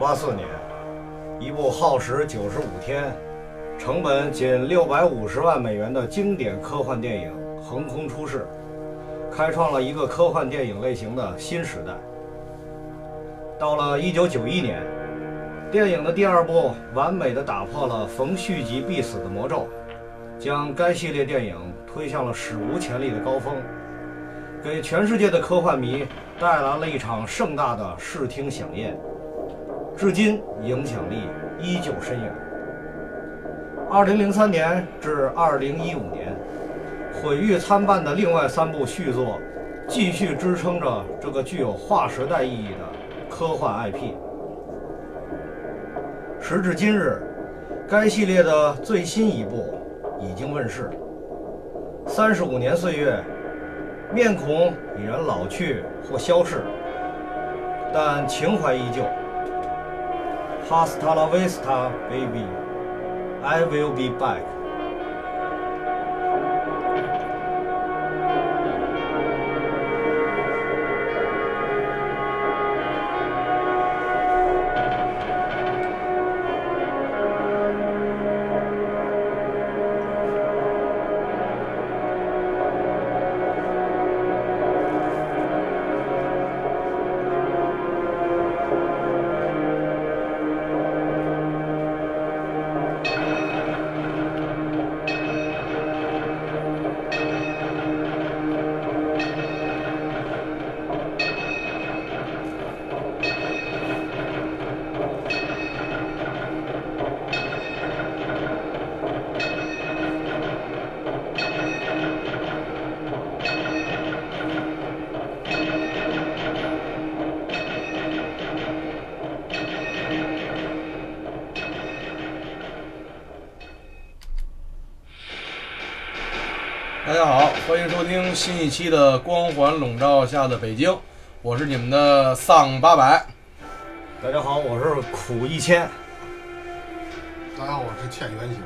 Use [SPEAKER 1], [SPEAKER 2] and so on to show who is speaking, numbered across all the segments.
[SPEAKER 1] 八四年，一部耗时九十五天、成本仅六百五十万美元的经典科幻电影横空出世，开创了一个科幻电影类型的新时代。到了一九九一年，电影的第二部完美的打破了逢续集必死的魔咒，将该系列电影推向了史无前例的高峰。给全世界的科幻迷带来了一场盛大的视听飨宴，至今影响力依旧深远。二零零三年至二零一五年，毁誉参半的另外三部续作，继续支撑着这个具有划时代意义的科幻 IP。时至今日，该系列的最新一部已经问世，三十五年岁月。面孔已然老去或消逝，但情怀依旧。Hasta la vista, baby. I will be back.
[SPEAKER 2] 大家好，欢迎收听新一期的《光环笼罩下的北京》，我是你们的丧八百。
[SPEAKER 1] 大家好，我是苦一千，
[SPEAKER 3] 大家好，我是欠原型，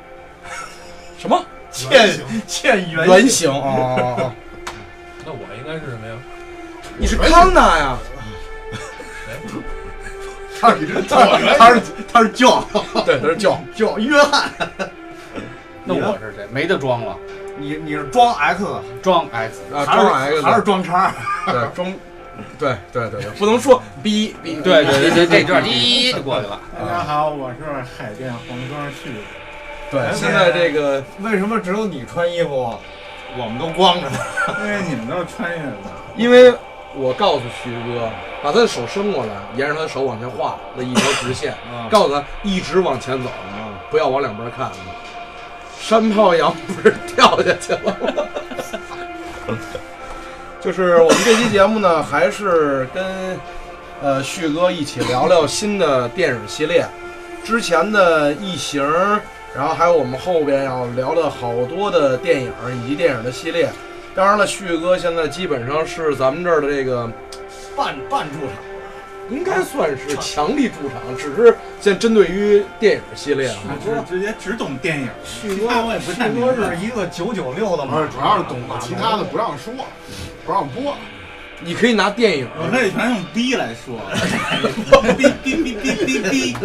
[SPEAKER 2] 什么
[SPEAKER 1] 欠
[SPEAKER 3] 原型
[SPEAKER 1] 欠原
[SPEAKER 2] 原型啊？哦哦 哦
[SPEAKER 4] 那我应该是什么呀？
[SPEAKER 2] 你是康纳呀？
[SPEAKER 3] 他是一只
[SPEAKER 1] 他
[SPEAKER 3] 草
[SPEAKER 1] 是
[SPEAKER 3] 原，
[SPEAKER 1] 他是他是叫
[SPEAKER 2] 对，他是叫
[SPEAKER 1] 叫约翰，
[SPEAKER 5] 那
[SPEAKER 1] 你呢
[SPEAKER 5] 我是谁？没得装了，
[SPEAKER 1] 你你是装 X，
[SPEAKER 5] 装 X。
[SPEAKER 2] 啊，
[SPEAKER 1] 还是
[SPEAKER 2] 装 X，
[SPEAKER 1] 还是装叉？
[SPEAKER 2] 对装，对对对对，不能说逼逼。
[SPEAKER 5] 对对对对，这段滴就过去了。
[SPEAKER 6] 大家好，我是海淀黄庄旭。
[SPEAKER 2] 对，现在这个
[SPEAKER 1] 为什么只有你穿衣服，啊我们都光着呢？
[SPEAKER 6] 因为你们都穿越了，
[SPEAKER 2] 因为我告诉徐哥，把他的手伸过来，沿着他的手往前画了一条直 线，告诉他一直往前走，不要往两边看。山炮羊不是掉下去了吗？ 就是我们这期节目呢，还是跟呃旭哥一起聊聊新的电影系列，之前的《异形》，然后还有我们后边要聊的好多的电影以及电影的系列。当然了，旭哥现在基本上是咱们这儿的这个，
[SPEAKER 1] 半半驻场。
[SPEAKER 2] 应该算是强力驻场，只是现针对于电影系列啊。
[SPEAKER 6] 我直直接只懂电影，
[SPEAKER 1] 旭
[SPEAKER 6] 其他我也不太明白
[SPEAKER 1] 旭哥是一个九九六的
[SPEAKER 3] 不
[SPEAKER 1] 嘛，啊
[SPEAKER 3] 是主要是懂啊了，其他的不让说，不让播。
[SPEAKER 2] 你可以拿电 影，
[SPEAKER 6] 我可以全用逼来说， 逼逼逼逼逼逼，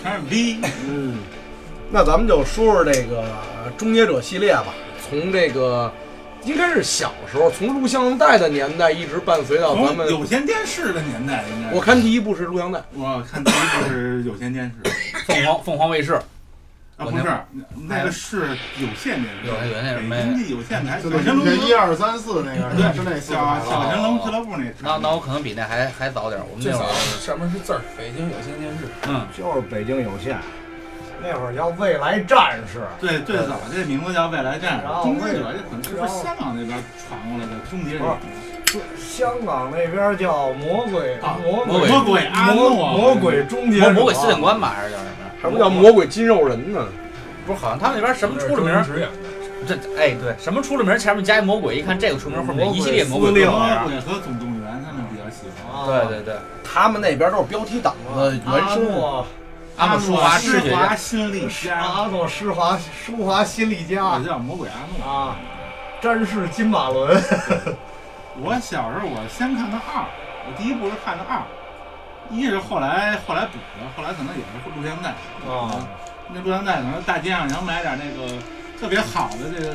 [SPEAKER 6] 全是逼。
[SPEAKER 2] 嗯，那咱们就说说这个终结者系列吧，从这个应该是小时候，从录像带的年代一直伴随到哦咱
[SPEAKER 6] 从
[SPEAKER 2] 们。
[SPEAKER 6] 哦有线电视的年代，应该是
[SPEAKER 2] 我看第一部是录像带，
[SPEAKER 6] 我看第一部是有线电视，
[SPEAKER 5] 凤凰凤凰卫视，
[SPEAKER 6] 啊
[SPEAKER 5] 我
[SPEAKER 6] 不
[SPEAKER 5] 那
[SPEAKER 6] 是，那个是有线电视，
[SPEAKER 5] 哎有线电视没
[SPEAKER 6] 北京地有线台，
[SPEAKER 3] 就
[SPEAKER 6] 小
[SPEAKER 3] 那
[SPEAKER 6] 神龙俱
[SPEAKER 3] 一
[SPEAKER 6] 乐
[SPEAKER 3] 二三四那个，
[SPEAKER 6] 部对，
[SPEAKER 3] 是那四啊个
[SPEAKER 6] 小小神龙俱乐部那
[SPEAKER 5] 那
[SPEAKER 6] 台
[SPEAKER 5] 那我可能比那还还早点儿。我们
[SPEAKER 4] 最
[SPEAKER 5] 那会
[SPEAKER 4] 早
[SPEAKER 5] 儿
[SPEAKER 4] 上面是字儿，北京有线电视。
[SPEAKER 5] 嗯，
[SPEAKER 1] 就是北京有线，那会儿叫未来战士。
[SPEAKER 6] 对，最早这名字叫未来战士
[SPEAKER 1] 然，后
[SPEAKER 6] 终结者这可能是不是香港那边传过来的终结者？
[SPEAKER 1] 香港那边叫魔鬼
[SPEAKER 6] 啊
[SPEAKER 1] 魔
[SPEAKER 5] 魔鬼
[SPEAKER 6] 魔鬼阿
[SPEAKER 1] 魔
[SPEAKER 6] 诺，
[SPEAKER 1] 魔鬼终结
[SPEAKER 5] 魔
[SPEAKER 1] 者
[SPEAKER 5] 魔鬼司
[SPEAKER 6] 啊
[SPEAKER 5] 令官吧，还是叫什么？
[SPEAKER 2] 什么叫魔鬼金肉人呢？
[SPEAKER 5] 不是，好像他们那边什么出了名
[SPEAKER 4] 周
[SPEAKER 5] 儿
[SPEAKER 4] 星，驰演的，
[SPEAKER 5] 这哎对，什么出了名儿，前面加一魔鬼，一看这个出名儿，后面一系列魔鬼
[SPEAKER 1] 魔
[SPEAKER 5] 出
[SPEAKER 1] 鬼
[SPEAKER 5] 名
[SPEAKER 1] 司
[SPEAKER 6] 魔
[SPEAKER 3] 啊
[SPEAKER 5] 儿。
[SPEAKER 6] 鬼啊和总动员他们比较喜
[SPEAKER 3] 哦
[SPEAKER 6] 欢。
[SPEAKER 1] 啊
[SPEAKER 5] 对对对，
[SPEAKER 2] 他们那边都是标题党的原
[SPEAKER 1] 阿
[SPEAKER 2] 声。
[SPEAKER 1] 诺
[SPEAKER 5] 阿姆舒华
[SPEAKER 6] 施
[SPEAKER 5] 视觉
[SPEAKER 6] 啊华新力
[SPEAKER 1] 阿
[SPEAKER 6] 加，
[SPEAKER 1] 诺施华舒华新力
[SPEAKER 6] 啊我
[SPEAKER 1] 加
[SPEAKER 6] 叫魔鬼阿诺。
[SPEAKER 1] 啊，詹士金马伦，
[SPEAKER 6] 我小时候我先看的二，我第一部是看的二，一是后来后来补的，后来可能也是录像带。
[SPEAKER 1] 啊，
[SPEAKER 6] 那录像带可能大街上想买点那个特别好的这个，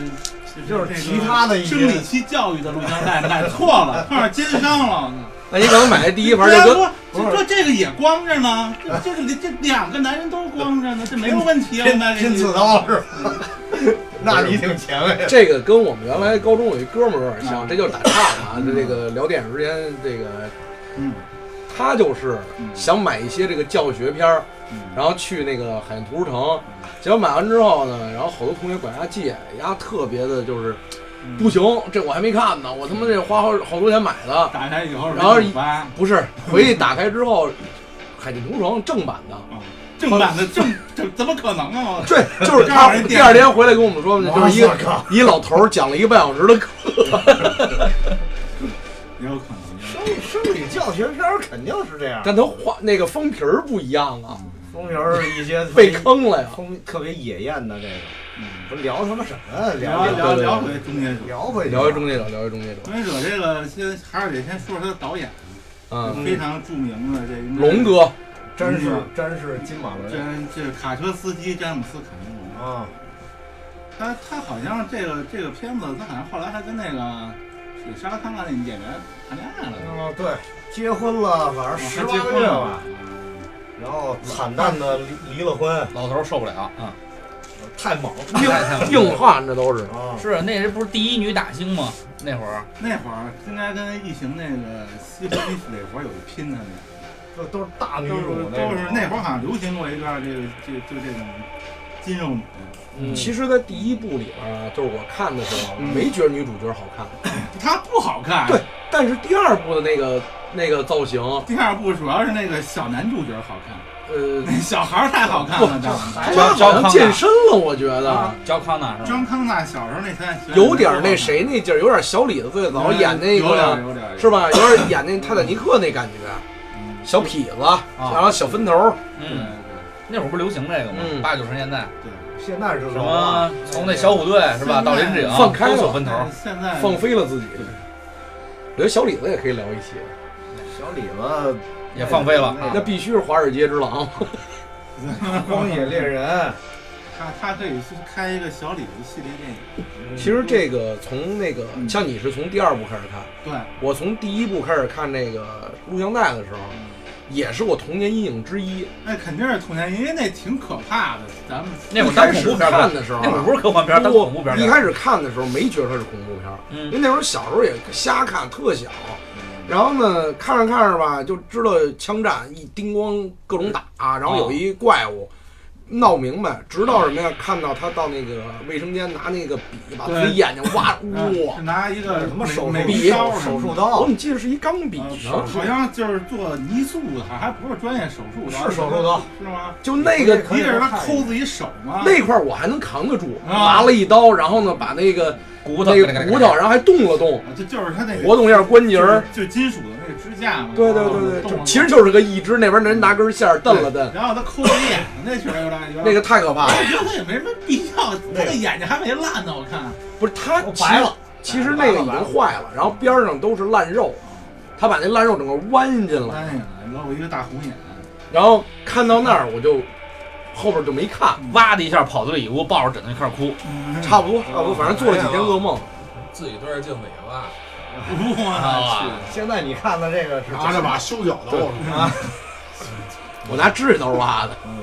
[SPEAKER 1] 就是
[SPEAKER 6] 这个
[SPEAKER 1] 其他的一些
[SPEAKER 6] 生理期教育的录像带，买错了，碰上奸商了。
[SPEAKER 2] 那你可能买的第一盘
[SPEAKER 6] 人家
[SPEAKER 2] 就跟
[SPEAKER 6] 说这这这个也光着呢，这这个这两个男人都光着呢，这没有问题啊，我
[SPEAKER 1] 拼
[SPEAKER 6] 卖给
[SPEAKER 1] 拼
[SPEAKER 6] 你。
[SPEAKER 1] 刺刀是吧？ 那你挺前卫。
[SPEAKER 2] 这个跟我们原来高中有一哥们儿有点像，这就是打岔了啊！这这个聊电影之前，这个
[SPEAKER 6] 嗯，
[SPEAKER 2] 他就是
[SPEAKER 6] 嗯
[SPEAKER 2] 想买一些这个教学片儿，
[SPEAKER 6] 嗯
[SPEAKER 2] 然后去那个海淀图书城，结果买完之后呢，然后好多同学管他借，丫特别的就是不行，这我还没看呢，我他妈这花好好多钱买的，
[SPEAKER 6] 打开以后，
[SPEAKER 2] 然后
[SPEAKER 6] 一发
[SPEAKER 2] 不是回去打开之后，海淀图书城正版的。
[SPEAKER 6] 正版的正正怎么可能啊？
[SPEAKER 2] 对，就是他 第二天回来跟我们说，就是一个
[SPEAKER 1] 我靠
[SPEAKER 2] 一老头儿讲了一个半小时的课，
[SPEAKER 6] 也有可能。
[SPEAKER 1] 生生理教学片儿肯定是这样。
[SPEAKER 2] 但他画那个封皮儿不一样啊，
[SPEAKER 1] 风评儿一些特
[SPEAKER 2] 被
[SPEAKER 1] 别
[SPEAKER 2] 坑了呀。
[SPEAKER 1] 风特别野艳的这个，
[SPEAKER 6] 嗯
[SPEAKER 1] 不是聊他妈什么呀？
[SPEAKER 6] 聊
[SPEAKER 1] 聊
[SPEAKER 2] 对
[SPEAKER 6] 聊
[SPEAKER 2] 对
[SPEAKER 6] 聊回中间者，
[SPEAKER 1] 聊回去
[SPEAKER 2] 聊一终结者，聊一终结者，
[SPEAKER 6] 终结者这个先还是得先说说他的导演，
[SPEAKER 2] 嗯，
[SPEAKER 6] 非常著名的这
[SPEAKER 2] 龙，哥，
[SPEAKER 1] 真是真是金马
[SPEAKER 6] 这
[SPEAKER 1] 伦
[SPEAKER 6] 这卡车司机詹姆斯卡梅隆。
[SPEAKER 1] 啊！
[SPEAKER 6] 他他好像这个这个片子，他好像后来还跟那个水沙康啊那演员谈恋爱了，
[SPEAKER 1] 哦，对，结婚了，晚上十
[SPEAKER 6] 还
[SPEAKER 1] 八
[SPEAKER 6] 结
[SPEAKER 1] 个
[SPEAKER 6] 婚
[SPEAKER 1] 月
[SPEAKER 6] 了
[SPEAKER 1] 吧，。然后惨淡的离离了婚，
[SPEAKER 4] 老头儿受不了
[SPEAKER 5] 嗯
[SPEAKER 4] 啊！
[SPEAKER 1] 太猛
[SPEAKER 2] 硬硬汉这都是。
[SPEAKER 1] 啊！
[SPEAKER 5] 是那人不是第一女打星吗？那会儿
[SPEAKER 6] 那会儿应该跟疫情那个西部地区那会儿有一拼的那
[SPEAKER 1] 这都是大女
[SPEAKER 6] 个，都是
[SPEAKER 1] 主
[SPEAKER 6] 都是
[SPEAKER 1] 种
[SPEAKER 6] 那会儿好像流行过一段这个就就这种肌肉女，
[SPEAKER 5] 嗯
[SPEAKER 2] 其实，在第一部里边啊，就是我看的时候
[SPEAKER 6] 嗯
[SPEAKER 2] 没觉得女主角好看，
[SPEAKER 6] 她不好看。
[SPEAKER 2] 对但是第二部的那个那个造型，
[SPEAKER 6] 第二部主要是那个小男主角好看，
[SPEAKER 2] 呃，
[SPEAKER 6] 那小孩儿太好看了，
[SPEAKER 1] 这
[SPEAKER 6] 长得。
[SPEAKER 1] 孩子
[SPEAKER 2] 他好像健身了，我觉得
[SPEAKER 5] 啊。焦康纳是吧？
[SPEAKER 6] 张康纳小时候那才
[SPEAKER 2] 有点儿那谁那劲儿，有点儿小李子最早演那
[SPEAKER 6] 有点儿
[SPEAKER 2] 个
[SPEAKER 6] 有点儿
[SPEAKER 2] 是？吧？有点儿演那泰坦尼克那感觉，
[SPEAKER 6] 嗯
[SPEAKER 2] 小痞子，然后小分头，
[SPEAKER 6] 对对
[SPEAKER 5] 嗯，那会儿不是流行这个
[SPEAKER 2] 嗯
[SPEAKER 5] 吗？八九十年代，
[SPEAKER 6] 对。
[SPEAKER 1] 现在是
[SPEAKER 5] 什么从那小虎队是吧，
[SPEAKER 6] 现在
[SPEAKER 5] 到林志颖，
[SPEAKER 2] 放开了
[SPEAKER 5] 都走分头。
[SPEAKER 6] 现在
[SPEAKER 2] 放飞了自己
[SPEAKER 6] 对。
[SPEAKER 2] 我觉得小李子也可以聊一期，
[SPEAKER 1] 小李子
[SPEAKER 5] 也放飞了
[SPEAKER 2] 那必须是华尔街之狼。
[SPEAKER 1] 荒野猎人，
[SPEAKER 6] 他他可以去开一个小李子系列电影。
[SPEAKER 2] 其实这个从那个
[SPEAKER 6] 嗯
[SPEAKER 2] 像你是从第二部开始看，
[SPEAKER 6] 对，
[SPEAKER 2] 我从第一部开始看那个录像带的时候，
[SPEAKER 6] 嗯
[SPEAKER 2] 也是我童年阴影之一。
[SPEAKER 6] 那肯定是童年，因为那挺可怕的。咱们
[SPEAKER 5] 那会儿
[SPEAKER 2] 一
[SPEAKER 5] 当
[SPEAKER 2] 开
[SPEAKER 5] 恐
[SPEAKER 2] 始
[SPEAKER 5] 怖
[SPEAKER 2] 看
[SPEAKER 5] 片吧，
[SPEAKER 2] 的时候
[SPEAKER 5] 那会儿
[SPEAKER 2] 啊，
[SPEAKER 5] 不是科幻片，当恐怖片
[SPEAKER 2] 一
[SPEAKER 5] 的。
[SPEAKER 2] 开始看的时候没觉得它是恐怖片儿，因为
[SPEAKER 5] 嗯，
[SPEAKER 2] 那时候小时候也瞎看，特小。然后呢，看着看着吧，就知道枪战一叮咣各种打，
[SPEAKER 5] 嗯
[SPEAKER 2] 然后有一怪物。闹明白，直到什么呀？看到他到那个卫生间拿那个笔，把自己
[SPEAKER 6] 对
[SPEAKER 2] 眼睛挖，
[SPEAKER 6] 嗯
[SPEAKER 2] 哇！
[SPEAKER 6] 是拿一个
[SPEAKER 1] 什么手
[SPEAKER 6] 美
[SPEAKER 1] 术
[SPEAKER 6] 美工刀
[SPEAKER 1] 手
[SPEAKER 6] 什
[SPEAKER 1] 手
[SPEAKER 6] 么的
[SPEAKER 1] 术
[SPEAKER 2] 我
[SPEAKER 1] 刀
[SPEAKER 2] 怎么记得是一钢笔啊
[SPEAKER 6] 呃
[SPEAKER 2] 呢？
[SPEAKER 6] 好像就是做泥塑的，还还不是专业手术刀，
[SPEAKER 1] 是手术刀，
[SPEAKER 6] 是吗？
[SPEAKER 2] 就那个
[SPEAKER 1] 可
[SPEAKER 6] 一
[SPEAKER 1] 以
[SPEAKER 6] 个是他
[SPEAKER 1] 看一
[SPEAKER 6] 抠
[SPEAKER 1] 眼
[SPEAKER 6] 自己手吗？
[SPEAKER 2] 那块儿我还能扛得住，
[SPEAKER 6] 啊
[SPEAKER 2] 拿了一刀，然后呢把那个
[SPEAKER 5] 骨头
[SPEAKER 2] 那个骨头，然后还动了动，
[SPEAKER 6] 啊这就是他那个
[SPEAKER 2] 活动一下关节儿。
[SPEAKER 6] 就是就金属的那个支架嘛。
[SPEAKER 2] 对对对对
[SPEAKER 6] 动了
[SPEAKER 2] 就，其实就是个一只那边人拿根线儿蹬了蹬，
[SPEAKER 6] 然后他抠自己眼睛，那确实有点有点
[SPEAKER 2] 那个太可怕了。
[SPEAKER 6] 我觉得也没什么必要，他那眼睛还没烂呢，我看。
[SPEAKER 2] 不是他
[SPEAKER 1] 我
[SPEAKER 2] 其
[SPEAKER 1] 白
[SPEAKER 2] 实
[SPEAKER 1] 了，
[SPEAKER 2] 其实那个已经坏了，然后边儿上都是烂肉，他把那烂肉整个弯进来，
[SPEAKER 6] 哎呀，你说我一个大红眼，
[SPEAKER 2] 然后看到那儿我就后边就没看，
[SPEAKER 5] 哇的一下跑到里屋，抱着枕头一块儿哭。
[SPEAKER 2] 差不多差不多，反正做了几天噩梦。
[SPEAKER 4] 自己对着镜尾巴，
[SPEAKER 6] 哎我
[SPEAKER 1] 现在你看的这个是
[SPEAKER 3] 拿着把修脚刀，
[SPEAKER 1] 啊，
[SPEAKER 2] 我拿指甲刀挖的。
[SPEAKER 1] 嗯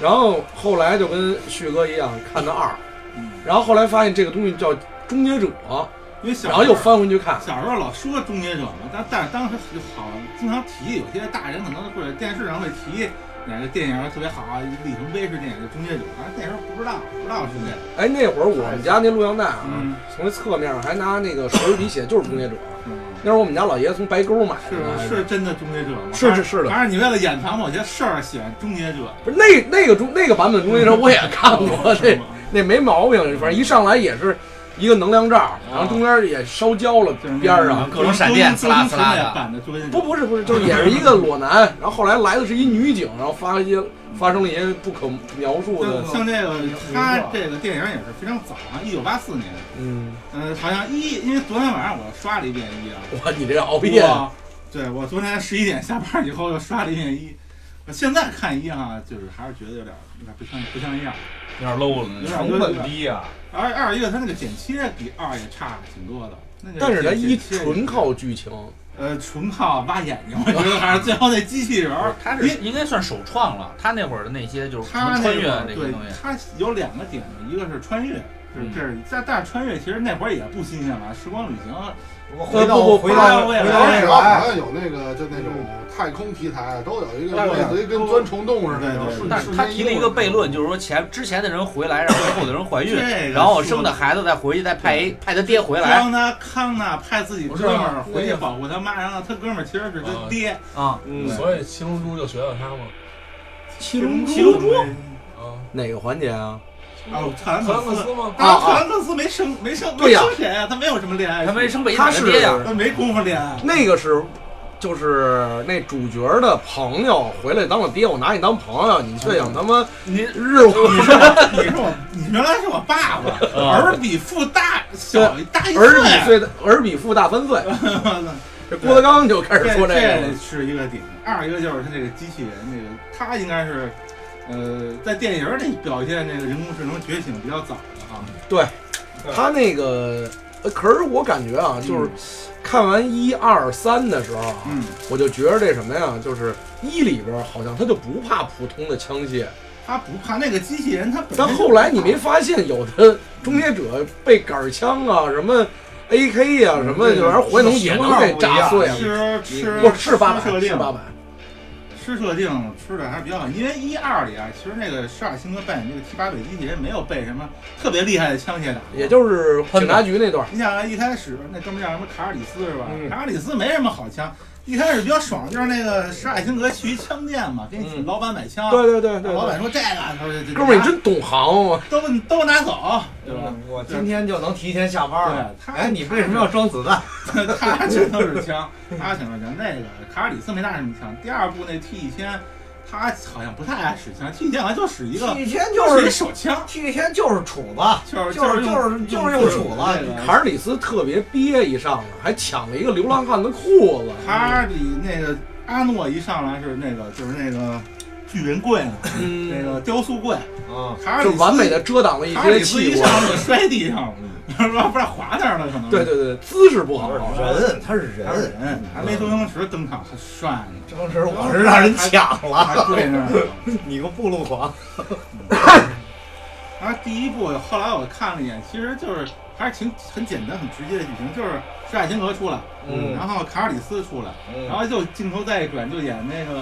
[SPEAKER 2] 然后后来就跟旭哥一样看的二，
[SPEAKER 6] 嗯
[SPEAKER 2] 然后后来发现这个东西叫《终结者》，
[SPEAKER 6] 去，因为小
[SPEAKER 2] 然后又翻回去看。
[SPEAKER 6] 小时候老说终结者嘛，但但是当时好经常提，有些大人可能或者电视上会提哪个电影特别好啊，里程碑式电影就终结者，但是那时候不知道，不知道是这个。
[SPEAKER 2] 哎，那会儿我们家那录像带啊，
[SPEAKER 6] 嗯
[SPEAKER 2] 从那侧面还拿那个水笔写就是《终结者》。
[SPEAKER 6] 嗯，
[SPEAKER 2] 那会儿我们家老爷子从白沟买的啊呢，
[SPEAKER 6] 是是真的终结者吗？
[SPEAKER 2] 嗯是是是的
[SPEAKER 6] 还是你为了掩藏某些事儿喜欢终结者？
[SPEAKER 2] 不是那那个中那个版本《终结者》我也看过，
[SPEAKER 6] 哦是
[SPEAKER 2] 那
[SPEAKER 6] 吗
[SPEAKER 2] 那没毛病，反正一上来也是一个能量罩，然后中间也烧焦了
[SPEAKER 6] 哦就是那
[SPEAKER 2] 边儿啊上。
[SPEAKER 5] 各种闪电
[SPEAKER 6] 周
[SPEAKER 5] 刺
[SPEAKER 6] 星
[SPEAKER 5] 啦
[SPEAKER 6] 驰
[SPEAKER 5] 刺啦的
[SPEAKER 6] 那版的终结者
[SPEAKER 2] 不不是不是，就是也是一个裸男，然后后来来的是一女警，然后发了一些发生了一些不可描述的
[SPEAKER 6] 像，像这个，他这个电影也是非常早啊，一九八四 年。呃
[SPEAKER 2] 嗯，
[SPEAKER 6] 嗯，好像一，因为昨天晚上我刷了一遍一啊，
[SPEAKER 2] 哇，你这熬夜，
[SPEAKER 6] 哇对我昨天十一点下班以后又刷了一遍一，我现在看一哈，就是还是觉得有点有点不像不像样。
[SPEAKER 2] 有点 low 了。
[SPEAKER 1] 成本低啊呀、
[SPEAKER 2] 啊
[SPEAKER 6] 而二一个它那个剪切比二也差挺多的，那个
[SPEAKER 2] 但是它一
[SPEAKER 6] 剪切
[SPEAKER 2] 纯靠剧情，
[SPEAKER 6] 呃纯靠挖眼睛，我觉得还是最后那机器人儿，
[SPEAKER 5] 他是应该算首创了，他那会儿的那些就是什
[SPEAKER 6] 他
[SPEAKER 5] 么
[SPEAKER 6] 那
[SPEAKER 5] 穿
[SPEAKER 6] 会
[SPEAKER 5] 越
[SPEAKER 6] 儿
[SPEAKER 5] 这
[SPEAKER 6] 对
[SPEAKER 5] 个东西，
[SPEAKER 6] 他有两个点，一个是穿越，这是
[SPEAKER 5] 嗯
[SPEAKER 6] 这是但但是穿越其实那会儿也不新鲜了，时光旅行啊
[SPEAKER 1] 我回到
[SPEAKER 2] 不不不
[SPEAKER 1] 回到
[SPEAKER 6] 不不
[SPEAKER 1] 回
[SPEAKER 6] 不
[SPEAKER 1] 到
[SPEAKER 6] 不
[SPEAKER 1] 未
[SPEAKER 3] 只要好
[SPEAKER 1] 来，
[SPEAKER 3] 像有那个就那种太空题材，都有一个
[SPEAKER 1] 哎
[SPEAKER 3] 类似于跟钻虫洞似的
[SPEAKER 6] 对
[SPEAKER 3] 那种
[SPEAKER 6] 对
[SPEAKER 3] 瞬
[SPEAKER 5] 但是
[SPEAKER 3] 瞬
[SPEAKER 5] 他
[SPEAKER 3] 间
[SPEAKER 5] 提了一
[SPEAKER 3] 移
[SPEAKER 5] 个
[SPEAKER 3] 动
[SPEAKER 5] 悖论，就是说前之前的人回来，然后后的人怀孕，
[SPEAKER 6] 这个
[SPEAKER 5] 然后
[SPEAKER 6] 说
[SPEAKER 5] 生的孩子再回去再派一派他爹回来
[SPEAKER 6] 让他康纳派自己哥们儿回去保护他妈，然后他哥们儿其实是他爹。
[SPEAKER 5] 啊，
[SPEAKER 1] 嗯，
[SPEAKER 4] 所以七龙珠就学到他嘛。
[SPEAKER 2] 七
[SPEAKER 6] 七龙珠
[SPEAKER 4] 啊，
[SPEAKER 2] 哪个环节啊？
[SPEAKER 6] 啊，我特兰
[SPEAKER 4] 特兰
[SPEAKER 6] 克
[SPEAKER 4] 克
[SPEAKER 6] 斯，
[SPEAKER 4] 斯吗？
[SPEAKER 6] 啊，特兰克斯没生没生
[SPEAKER 2] 对
[SPEAKER 6] 没
[SPEAKER 2] 呀
[SPEAKER 6] 生谁啊？他没有什么恋爱史，
[SPEAKER 5] 他没生北京
[SPEAKER 2] 他
[SPEAKER 5] 哪个
[SPEAKER 2] 是
[SPEAKER 5] 爹呀？
[SPEAKER 6] 他没功夫恋爱。
[SPEAKER 2] 那个是，就是那主角的朋友回来当了爹，我拿你当朋友，你却想他妈
[SPEAKER 5] 您
[SPEAKER 2] 日
[SPEAKER 6] 你
[SPEAKER 2] 我
[SPEAKER 6] 是我，你是我，你原来是我爸爸，儿比父大小一大一
[SPEAKER 2] 啊
[SPEAKER 6] 岁。
[SPEAKER 2] 儿比岁儿比父大三岁，这郭德纲就开始
[SPEAKER 6] 这
[SPEAKER 2] 说这个
[SPEAKER 6] 这
[SPEAKER 2] 了。
[SPEAKER 6] 是一个点，二一个就是他这个机器人，这个他应该是，呃，在电影里表现这个人工智能觉醒比较早的哈。
[SPEAKER 2] 他那个，呃可是我感觉啊，就是看完一二三的时候啊，
[SPEAKER 6] 嗯，
[SPEAKER 2] 我就觉得这什么呀，就是一里边好像他就不怕普通的枪械，
[SPEAKER 6] 他不怕那个机器人，他本身
[SPEAKER 2] 但后来你没发现有的终结者被杆枪啊什么 AK 呀、什么，
[SPEAKER 6] 嗯
[SPEAKER 2] 就玩意儿回能也能给炸碎了。
[SPEAKER 6] 吃吃
[SPEAKER 2] 不是是八百，
[SPEAKER 6] 吃设
[SPEAKER 2] 是
[SPEAKER 6] 定
[SPEAKER 2] 八百。
[SPEAKER 6] 吃设定吃的还是比较好，因为一二里啊，其实那个施瓦辛格扮演这个 T 八北机器人没有被什么特别厉害的枪械打，
[SPEAKER 2] 也就是警察局那段儿，
[SPEAKER 6] 你想啊，一开始那哥们叫什么卡尔里斯是吧？
[SPEAKER 2] 嗯
[SPEAKER 6] 卡尔里斯没什么好枪，一开始比较爽就是那个施瓦辛格去一枪店嘛，给你
[SPEAKER 2] 嗯
[SPEAKER 6] 老板买枪，
[SPEAKER 2] 对对对对
[SPEAKER 6] 老
[SPEAKER 2] 对。
[SPEAKER 6] 板说这个，他说这这
[SPEAKER 2] 哥们儿，你真懂行啊！
[SPEAKER 6] 都都拿走，对吧？
[SPEAKER 1] 我今天就能提前下班了。
[SPEAKER 6] 对，他
[SPEAKER 1] 哎，你为什么要装子弹？
[SPEAKER 6] 他全都是枪，他全都是枪。那个卡尔里斯没拿什么枪。第二部那 T 一千，他好像不太爱使枪，T 一千好像就使一个，
[SPEAKER 1] 一天
[SPEAKER 6] 就是一手枪，
[SPEAKER 1] 一天就是杵
[SPEAKER 6] 就是
[SPEAKER 1] 子，就是就是
[SPEAKER 6] 是
[SPEAKER 1] 就是
[SPEAKER 6] 用
[SPEAKER 1] 用杵子。
[SPEAKER 6] 那
[SPEAKER 2] 卡
[SPEAKER 6] 个
[SPEAKER 2] 尔里斯特别憋一上来，还抢了一个流浪汉的裤子。
[SPEAKER 6] 卡尔里那个阿诺一上来是那个就是那个巨人柜嘛，那
[SPEAKER 2] 嗯，
[SPEAKER 6] 个雕塑柜，
[SPEAKER 1] 啊，
[SPEAKER 6] 卡尔里
[SPEAKER 2] 就
[SPEAKER 6] 斯
[SPEAKER 2] 完美的遮挡了一
[SPEAKER 6] 卡尔
[SPEAKER 2] 些
[SPEAKER 6] 里斯
[SPEAKER 2] 气
[SPEAKER 6] 一
[SPEAKER 2] 魄
[SPEAKER 6] 上。来就摔地上了，是吧？不然滑那儿了可能。
[SPEAKER 2] 对对对，姿势不好。
[SPEAKER 1] 人，他是
[SPEAKER 6] 他
[SPEAKER 1] 人
[SPEAKER 6] 是。人，还没周星驰登场还帅呢，
[SPEAKER 1] 当时我是让人抢了，
[SPEAKER 2] 啊
[SPEAKER 6] 还跪那儿呢。
[SPEAKER 1] 你个暴露狂！
[SPEAKER 6] 然后第一部，后来我看了一眼，其实就是还是挺很简单、很直接的剧情，就是施瓦辛格出来，
[SPEAKER 1] 嗯
[SPEAKER 6] 然后卡尔里斯出来，
[SPEAKER 1] 嗯，
[SPEAKER 6] 然后就镜头再一转，就演那个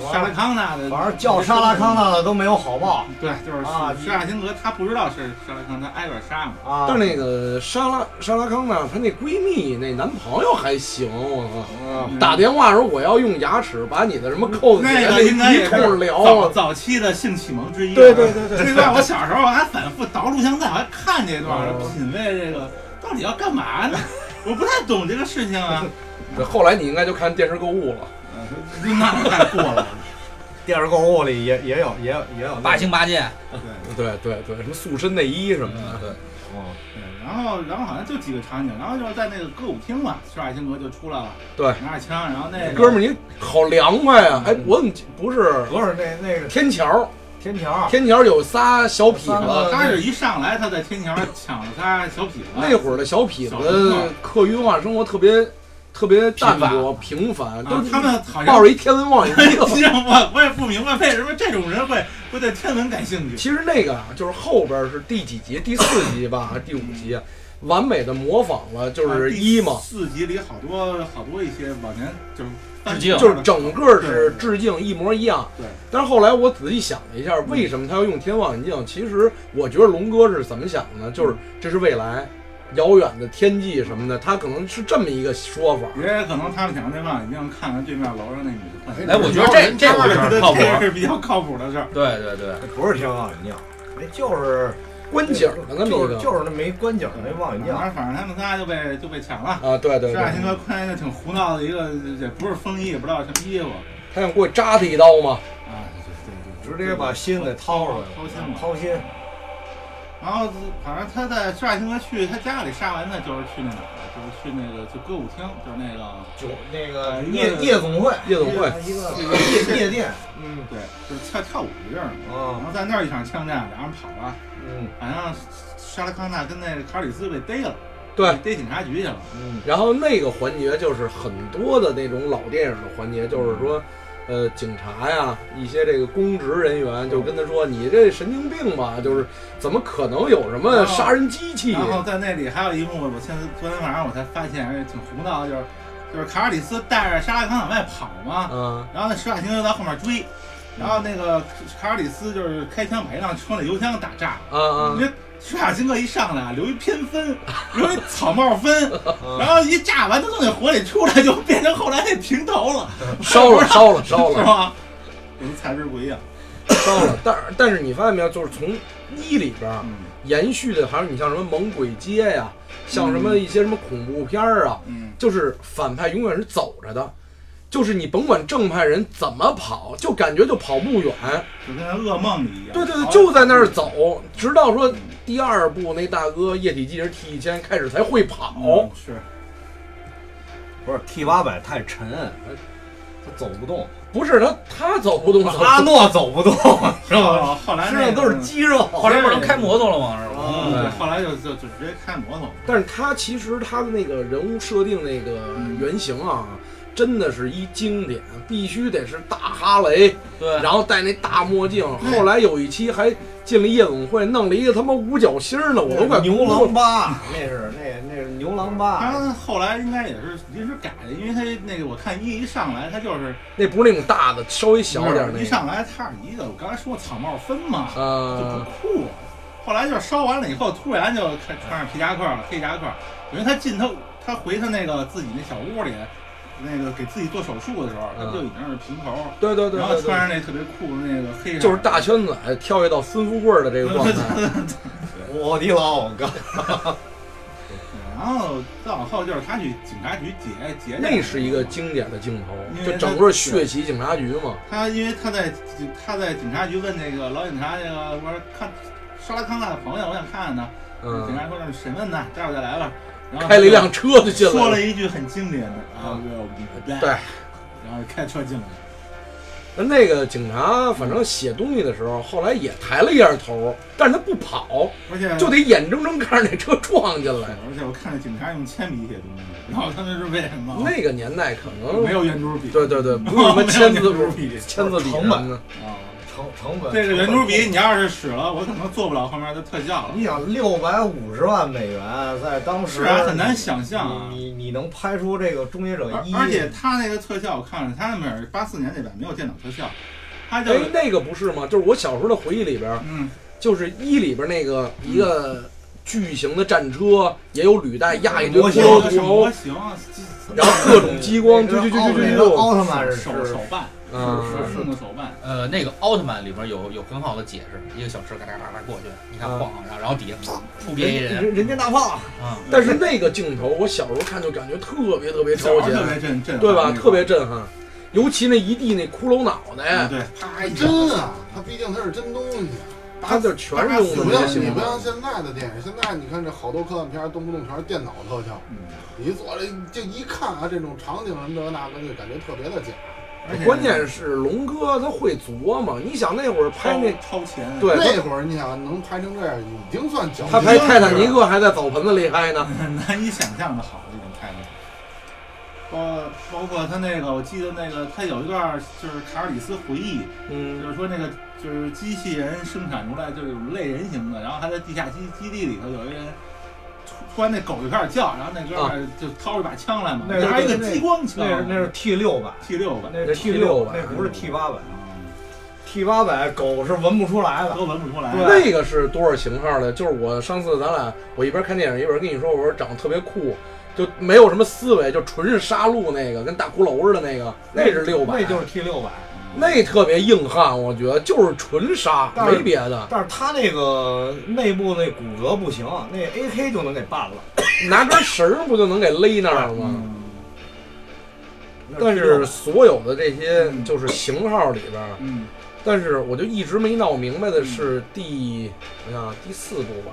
[SPEAKER 6] 呃沙拉康纳的，
[SPEAKER 1] 反正叫沙拉康
[SPEAKER 6] 纳，
[SPEAKER 1] 纳的都没有好报
[SPEAKER 6] 对，就是
[SPEAKER 1] 啊
[SPEAKER 6] 施瓦辛格，他不知道是沙拉康纳，他挨个杀嘛。
[SPEAKER 1] 啊。
[SPEAKER 2] 但是那个莎拉莎拉康纳，她那闺蜜那男朋友还行，我靠！
[SPEAKER 1] 嗯，
[SPEAKER 2] 打电话的时候我要用牙齿把你的什么扣子
[SPEAKER 6] 那
[SPEAKER 2] 给
[SPEAKER 6] 个
[SPEAKER 2] 它
[SPEAKER 6] 应该也
[SPEAKER 2] 一
[SPEAKER 6] 是
[SPEAKER 2] 通聊
[SPEAKER 6] 早
[SPEAKER 2] 啊！
[SPEAKER 6] 早期的性启蒙之一。啊
[SPEAKER 2] 对对对对
[SPEAKER 6] 这段我小时候还反复倒录像带，我还看这段，
[SPEAKER 2] 嗯
[SPEAKER 6] 品味这个到底要干嘛呢？我不太懂这个事情 啊。
[SPEAKER 2] 对，后来你应该就看电视购物了。
[SPEAKER 6] 嗯那太过了，
[SPEAKER 1] 电视购物里也也有也有也有那
[SPEAKER 5] 八星八戒，
[SPEAKER 6] 对。
[SPEAKER 2] 对对对，什么塑身内衣什么的。对，
[SPEAKER 1] 嗯
[SPEAKER 6] 对，然后然后好像就几个场景，然后就是在那个歌舞厅嘛，施瓦辛格就出来了，
[SPEAKER 2] 对，
[SPEAKER 6] 拿着枪，然后那个
[SPEAKER 2] 哥们儿你好凉快啊！哎，我怎么记不是
[SPEAKER 1] 不是那那个
[SPEAKER 2] 天桥？
[SPEAKER 1] 天桥，
[SPEAKER 2] 天桥有仨小痞
[SPEAKER 6] 呃
[SPEAKER 1] 三个
[SPEAKER 2] 子，
[SPEAKER 6] 他是一上来他在天桥上抢了他小痞子，
[SPEAKER 2] 那会儿的小痞子课余文化生活特别特别淡薄平凡，都
[SPEAKER 6] 啊
[SPEAKER 2] 是
[SPEAKER 6] 他们好像
[SPEAKER 2] 抱着一天文望远镜。
[SPEAKER 6] 我我也不明白为什么这种人会会对天文感兴趣。
[SPEAKER 2] 其实那个啊，就是后边儿是第几集？第四集吧，还是第五集啊？完美的模仿了，就是一嘛，
[SPEAKER 6] 啊四集里好多好多一些往前就是
[SPEAKER 5] 致
[SPEAKER 6] 啊
[SPEAKER 5] 敬
[SPEAKER 2] 就是整个是致敬一模一样。
[SPEAKER 6] 对。
[SPEAKER 2] 但是后来我仔细想了一下，为什么他要用天望远镜？其实我觉得龙哥是怎么想的呢？就是这是未来，遥远的天际什么的，他可能是这么一个说法。
[SPEAKER 6] 也可能他们想对面已经看看对面楼上那女的
[SPEAKER 3] 哎
[SPEAKER 6] 困，
[SPEAKER 5] 哎，我觉得这这我觉得靠谱。
[SPEAKER 6] 这是比较靠谱的事儿。
[SPEAKER 5] 对对对，
[SPEAKER 1] 不是天望远镜，那哎就是
[SPEAKER 2] 观景的那么
[SPEAKER 1] 就
[SPEAKER 2] 一
[SPEAKER 1] 是
[SPEAKER 2] 个
[SPEAKER 1] 就是那没观景那望远镜。
[SPEAKER 6] 反正反正他们仨就被就被抢了。
[SPEAKER 2] 啊，对对
[SPEAKER 6] 施瓦辛
[SPEAKER 2] 对，
[SPEAKER 6] 格穿一个挺胡闹的一个，也不是风衣，也不知道什么衣服
[SPEAKER 2] 他想过去扎他一刀嘛。
[SPEAKER 6] 啊，对对对，
[SPEAKER 1] 直接把心给掏出来了，
[SPEAKER 6] 掏心了。
[SPEAKER 1] 掏心。
[SPEAKER 6] 然然后反正他在杀青他去他家里杀完呢，就是去那哪儿，就是去那个就歌舞厅，就是那个
[SPEAKER 1] 酒那个
[SPEAKER 6] 呃一个
[SPEAKER 1] 夜嗯夜总会，
[SPEAKER 2] 夜总会
[SPEAKER 1] 一个一个夜夜店，嗯
[SPEAKER 6] 对，就是跳跳舞的地儿嘛。然
[SPEAKER 1] 啊
[SPEAKER 6] 后在那儿一场枪战，俩人跑了，
[SPEAKER 1] 嗯
[SPEAKER 6] 好像沙拉康纳跟那个卡里斯被逮了，
[SPEAKER 2] 对，
[SPEAKER 6] 逮警察局去了。
[SPEAKER 1] 嗯
[SPEAKER 2] 然后那个环节就是很多的那种老电影的环节，就是说，呃，警察呀，一些这个公职人员
[SPEAKER 6] 哦
[SPEAKER 2] 就跟他说：“你这神经病吧，就是怎么可能有什么杀人机器？”
[SPEAKER 6] 哦然后在那里还有一幕，我现在昨天晚上我才发现，而且挺胡闹的，就是就是卡里斯带着沙拉康往外跑嘛，
[SPEAKER 2] 啊，
[SPEAKER 6] 然后那施瓦辛格在后面追，然后那个卡里斯就是开枪把一辆车的油箱打炸，
[SPEAKER 2] 啊啊
[SPEAKER 6] 你这施瓦辛格一上来啊留一偏分，留一草帽分，
[SPEAKER 2] 啊
[SPEAKER 6] 然后一炸完他从那火里出来就变成后来那平头了，
[SPEAKER 2] 烧了，烧了，烧
[SPEAKER 6] 是
[SPEAKER 2] 了，
[SPEAKER 6] 吧？人材质不一样，
[SPEAKER 2] 烧了。但但是你发现没有，就是从一里边儿
[SPEAKER 6] 嗯
[SPEAKER 2] 延续的，还是你像什么《猛鬼街》呀，像什么一些什么恐怖片儿啊，
[SPEAKER 6] 嗯，
[SPEAKER 2] 就是反派永远是走着的，就是你甭管正派人怎么跑，就感觉就跑不远。
[SPEAKER 6] 就跟噩梦一样。
[SPEAKER 2] 对对对，
[SPEAKER 6] 好
[SPEAKER 2] 就在那儿走，直到说第二部那大哥液体机器人 T 一千开始才会跑。
[SPEAKER 6] 嗯是。
[SPEAKER 1] 不是 T 八百太沉，他走不动，
[SPEAKER 2] 不是他，他走不动，
[SPEAKER 1] 阿诺走不动，是吧？
[SPEAKER 6] 哦后后来
[SPEAKER 1] 身
[SPEAKER 6] 那
[SPEAKER 1] 上
[SPEAKER 6] 个
[SPEAKER 1] 都是肌肉，
[SPEAKER 5] 后来不能开摩托了吗？是吧？
[SPEAKER 6] 嗯，
[SPEAKER 2] 对
[SPEAKER 6] 对，后来就就就直接开摩托。
[SPEAKER 2] 但是他其实他的那个人物设定那个
[SPEAKER 6] 嗯
[SPEAKER 2] 原型啊，真的是一经典，必须得是大哈雷，
[SPEAKER 5] 对，
[SPEAKER 2] 然后戴那大墨镜。
[SPEAKER 6] 嗯
[SPEAKER 2] 后来有一期还进了夜总会，弄了一个他妈五角星儿呢，我都快
[SPEAKER 1] 牛
[SPEAKER 2] 哭了
[SPEAKER 1] 郎八，那是那那是牛郎八，
[SPEAKER 6] 他后来应该也是临时改的，因为他那个我看一一上来他就是
[SPEAKER 2] 那不是那种大的，稍微小点儿
[SPEAKER 6] 一
[SPEAKER 2] 那个。
[SPEAKER 6] 上来他是一个我刚才说草帽分嘛，就不
[SPEAKER 2] 呃，
[SPEAKER 6] 酷。啊后来就是烧完了以后，突然就穿穿上皮夹克了，黑夹克，因为他进他他回他那个自己那小屋里，那个给自己做手术的时候，他
[SPEAKER 2] 嗯
[SPEAKER 6] 就已经是平头，
[SPEAKER 2] 对对对
[SPEAKER 6] 然后
[SPEAKER 2] 对对
[SPEAKER 6] 穿，上那特别酷的那个黑色，
[SPEAKER 2] 就是大圈子，哎跳跃到孙富贵儿的这个状态。
[SPEAKER 1] 我的老哥，
[SPEAKER 6] 然后再往后就是他去警察局劫劫去了
[SPEAKER 2] 那是一个经典的镜头，
[SPEAKER 6] 因
[SPEAKER 2] 就
[SPEAKER 6] 为它
[SPEAKER 2] 整个血洗警察局嘛。
[SPEAKER 6] 他因为他在他在警察局问那个老警察那个，我说看沙拉康纳的朋友，我想看看他。警
[SPEAKER 2] 嗯，
[SPEAKER 6] 察说那是审问呢，待会儿再来吧。然后
[SPEAKER 2] 开了一辆车就进
[SPEAKER 6] 说
[SPEAKER 2] 来
[SPEAKER 6] 了
[SPEAKER 2] 了。
[SPEAKER 6] 一句很经典的啊，Will be back。
[SPEAKER 2] 对，
[SPEAKER 6] 然后开车进来。
[SPEAKER 2] 那个警察反正写东西的时候，后来也抬了一下头，但是他不跑，
[SPEAKER 6] 而且
[SPEAKER 2] 就得眼睁睁看着那车撞进来。
[SPEAKER 6] 而且我看着警察用铅笔写东西，然后他们是为什么？
[SPEAKER 2] 那个年代可
[SPEAKER 6] 嗯没
[SPEAKER 2] 能
[SPEAKER 6] 有圆珠笔。
[SPEAKER 2] 对对对，不是什么签字
[SPEAKER 6] 没有圆珠笔
[SPEAKER 2] 签字笔什么的。嗯
[SPEAKER 6] 啊，
[SPEAKER 1] 成成本
[SPEAKER 6] 这个圆珠笔你要是使了，我可能做不了后面的特效了。
[SPEAKER 1] 你想六百五十万美元，在当时
[SPEAKER 6] 是啊，很难想象啊。
[SPEAKER 1] 你你你能拍出这个《终结者
[SPEAKER 6] 而
[SPEAKER 1] 一》，
[SPEAKER 6] 而且他那个特效，我看了，他那边八四年那版没有电脑特效，他就
[SPEAKER 2] 哎，那个不是吗？就是我小时候的回忆里边，
[SPEAKER 6] 嗯，
[SPEAKER 2] 就是一里边那个一个巨型的战车，也有履带压一堆
[SPEAKER 1] 模型
[SPEAKER 2] 骷髅头
[SPEAKER 6] 那是嗯模型啊，
[SPEAKER 2] 然后各种激光，啾啾啾啾
[SPEAKER 1] 那
[SPEAKER 2] 啾
[SPEAKER 1] 个
[SPEAKER 2] 啾，
[SPEAKER 1] 奥特曼是
[SPEAKER 6] 手手办，
[SPEAKER 2] 嗯，
[SPEAKER 6] 是是的手办，
[SPEAKER 5] 呃，那个奥特曼里边有有很好的解释，一个小车嘎嘎嘎嘎过去，你看晃，然后然后底下噗扑别一人
[SPEAKER 1] 人人家大炮，
[SPEAKER 5] 啊，
[SPEAKER 2] 但是那个镜头，我小时候看就感觉特别特别
[SPEAKER 6] 小
[SPEAKER 2] 超
[SPEAKER 6] 孩
[SPEAKER 2] 前
[SPEAKER 6] 特，别震震撼，
[SPEAKER 2] 对吧？
[SPEAKER 6] 啊那个
[SPEAKER 2] 特别哎震撼，尤其那一地那骷髅脑
[SPEAKER 6] 嗯
[SPEAKER 2] 袋，
[SPEAKER 6] 对，
[SPEAKER 3] 太真啊！它毕竟它是真东西。
[SPEAKER 2] 它这全是
[SPEAKER 3] 你
[SPEAKER 2] 用
[SPEAKER 3] 不
[SPEAKER 2] 的那
[SPEAKER 3] 像
[SPEAKER 2] 些
[SPEAKER 3] 你
[SPEAKER 2] 镜
[SPEAKER 3] 不像
[SPEAKER 2] 头。
[SPEAKER 3] 现在的电影，现在你看这好多科幻片儿动不动全是电脑特效，
[SPEAKER 2] 嗯
[SPEAKER 3] 你一坐这就一看啊，这种场景什么这那个就感觉特别的假。
[SPEAKER 6] 而且
[SPEAKER 2] 关键是龙哥他会琢磨，你想那会儿拍那，
[SPEAKER 6] 超超前，
[SPEAKER 2] 对
[SPEAKER 3] 那会儿你想能拍成这样，已经算侥
[SPEAKER 2] 他
[SPEAKER 3] 幸
[SPEAKER 2] 拍
[SPEAKER 3] 了。
[SPEAKER 2] 《泰坦尼克》还在澡盆子里拍呢，
[SPEAKER 6] 难以想象的好这种拍法。包包括他那个，我记得那个，他有一段就是卡尔里斯回忆，
[SPEAKER 2] 嗯，
[SPEAKER 6] 就是说那个就是机器人生产出来就是类人形的，然后还在地下基基地里头有一人突突然那狗就开始叫，然后那哥们
[SPEAKER 2] 啊
[SPEAKER 6] 儿就掏出一把枪来嘛，
[SPEAKER 1] 那是
[SPEAKER 6] 还一个激光枪，
[SPEAKER 1] 那是那是 T 六百，
[SPEAKER 6] T 六吧，
[SPEAKER 1] 那
[SPEAKER 2] 那
[SPEAKER 1] 是
[SPEAKER 2] T
[SPEAKER 1] T
[SPEAKER 2] 六
[SPEAKER 1] 六
[SPEAKER 2] 百，
[SPEAKER 1] 那不是 T 八百
[SPEAKER 6] 嗯
[SPEAKER 1] ，T 八百狗是闻不出来的，
[SPEAKER 6] 都闻不出来。
[SPEAKER 1] 对
[SPEAKER 2] 那个是多少型号的？就是我上次咱俩，我一边看电影一边跟你说，我说长得特别酷，就没有什么思维，就纯是杀戮那个，跟大骷髅似的那个，那是六百，
[SPEAKER 1] 那就是 T 六百。
[SPEAKER 2] 那特别硬汉，我觉得就是纯杀，
[SPEAKER 1] 但是
[SPEAKER 2] 没别的，
[SPEAKER 1] 但是他那个内部那骨骼不行，那 AK 就能给办了。
[SPEAKER 2] 拿根绳儿不就能给勒那儿吗？
[SPEAKER 6] 嗯
[SPEAKER 1] 那
[SPEAKER 2] 但是所有的这些
[SPEAKER 6] 嗯
[SPEAKER 2] 就是型号里边儿，
[SPEAKER 6] 嗯，
[SPEAKER 2] 但是我就一直没闹明白的是第，我想想第四部吧，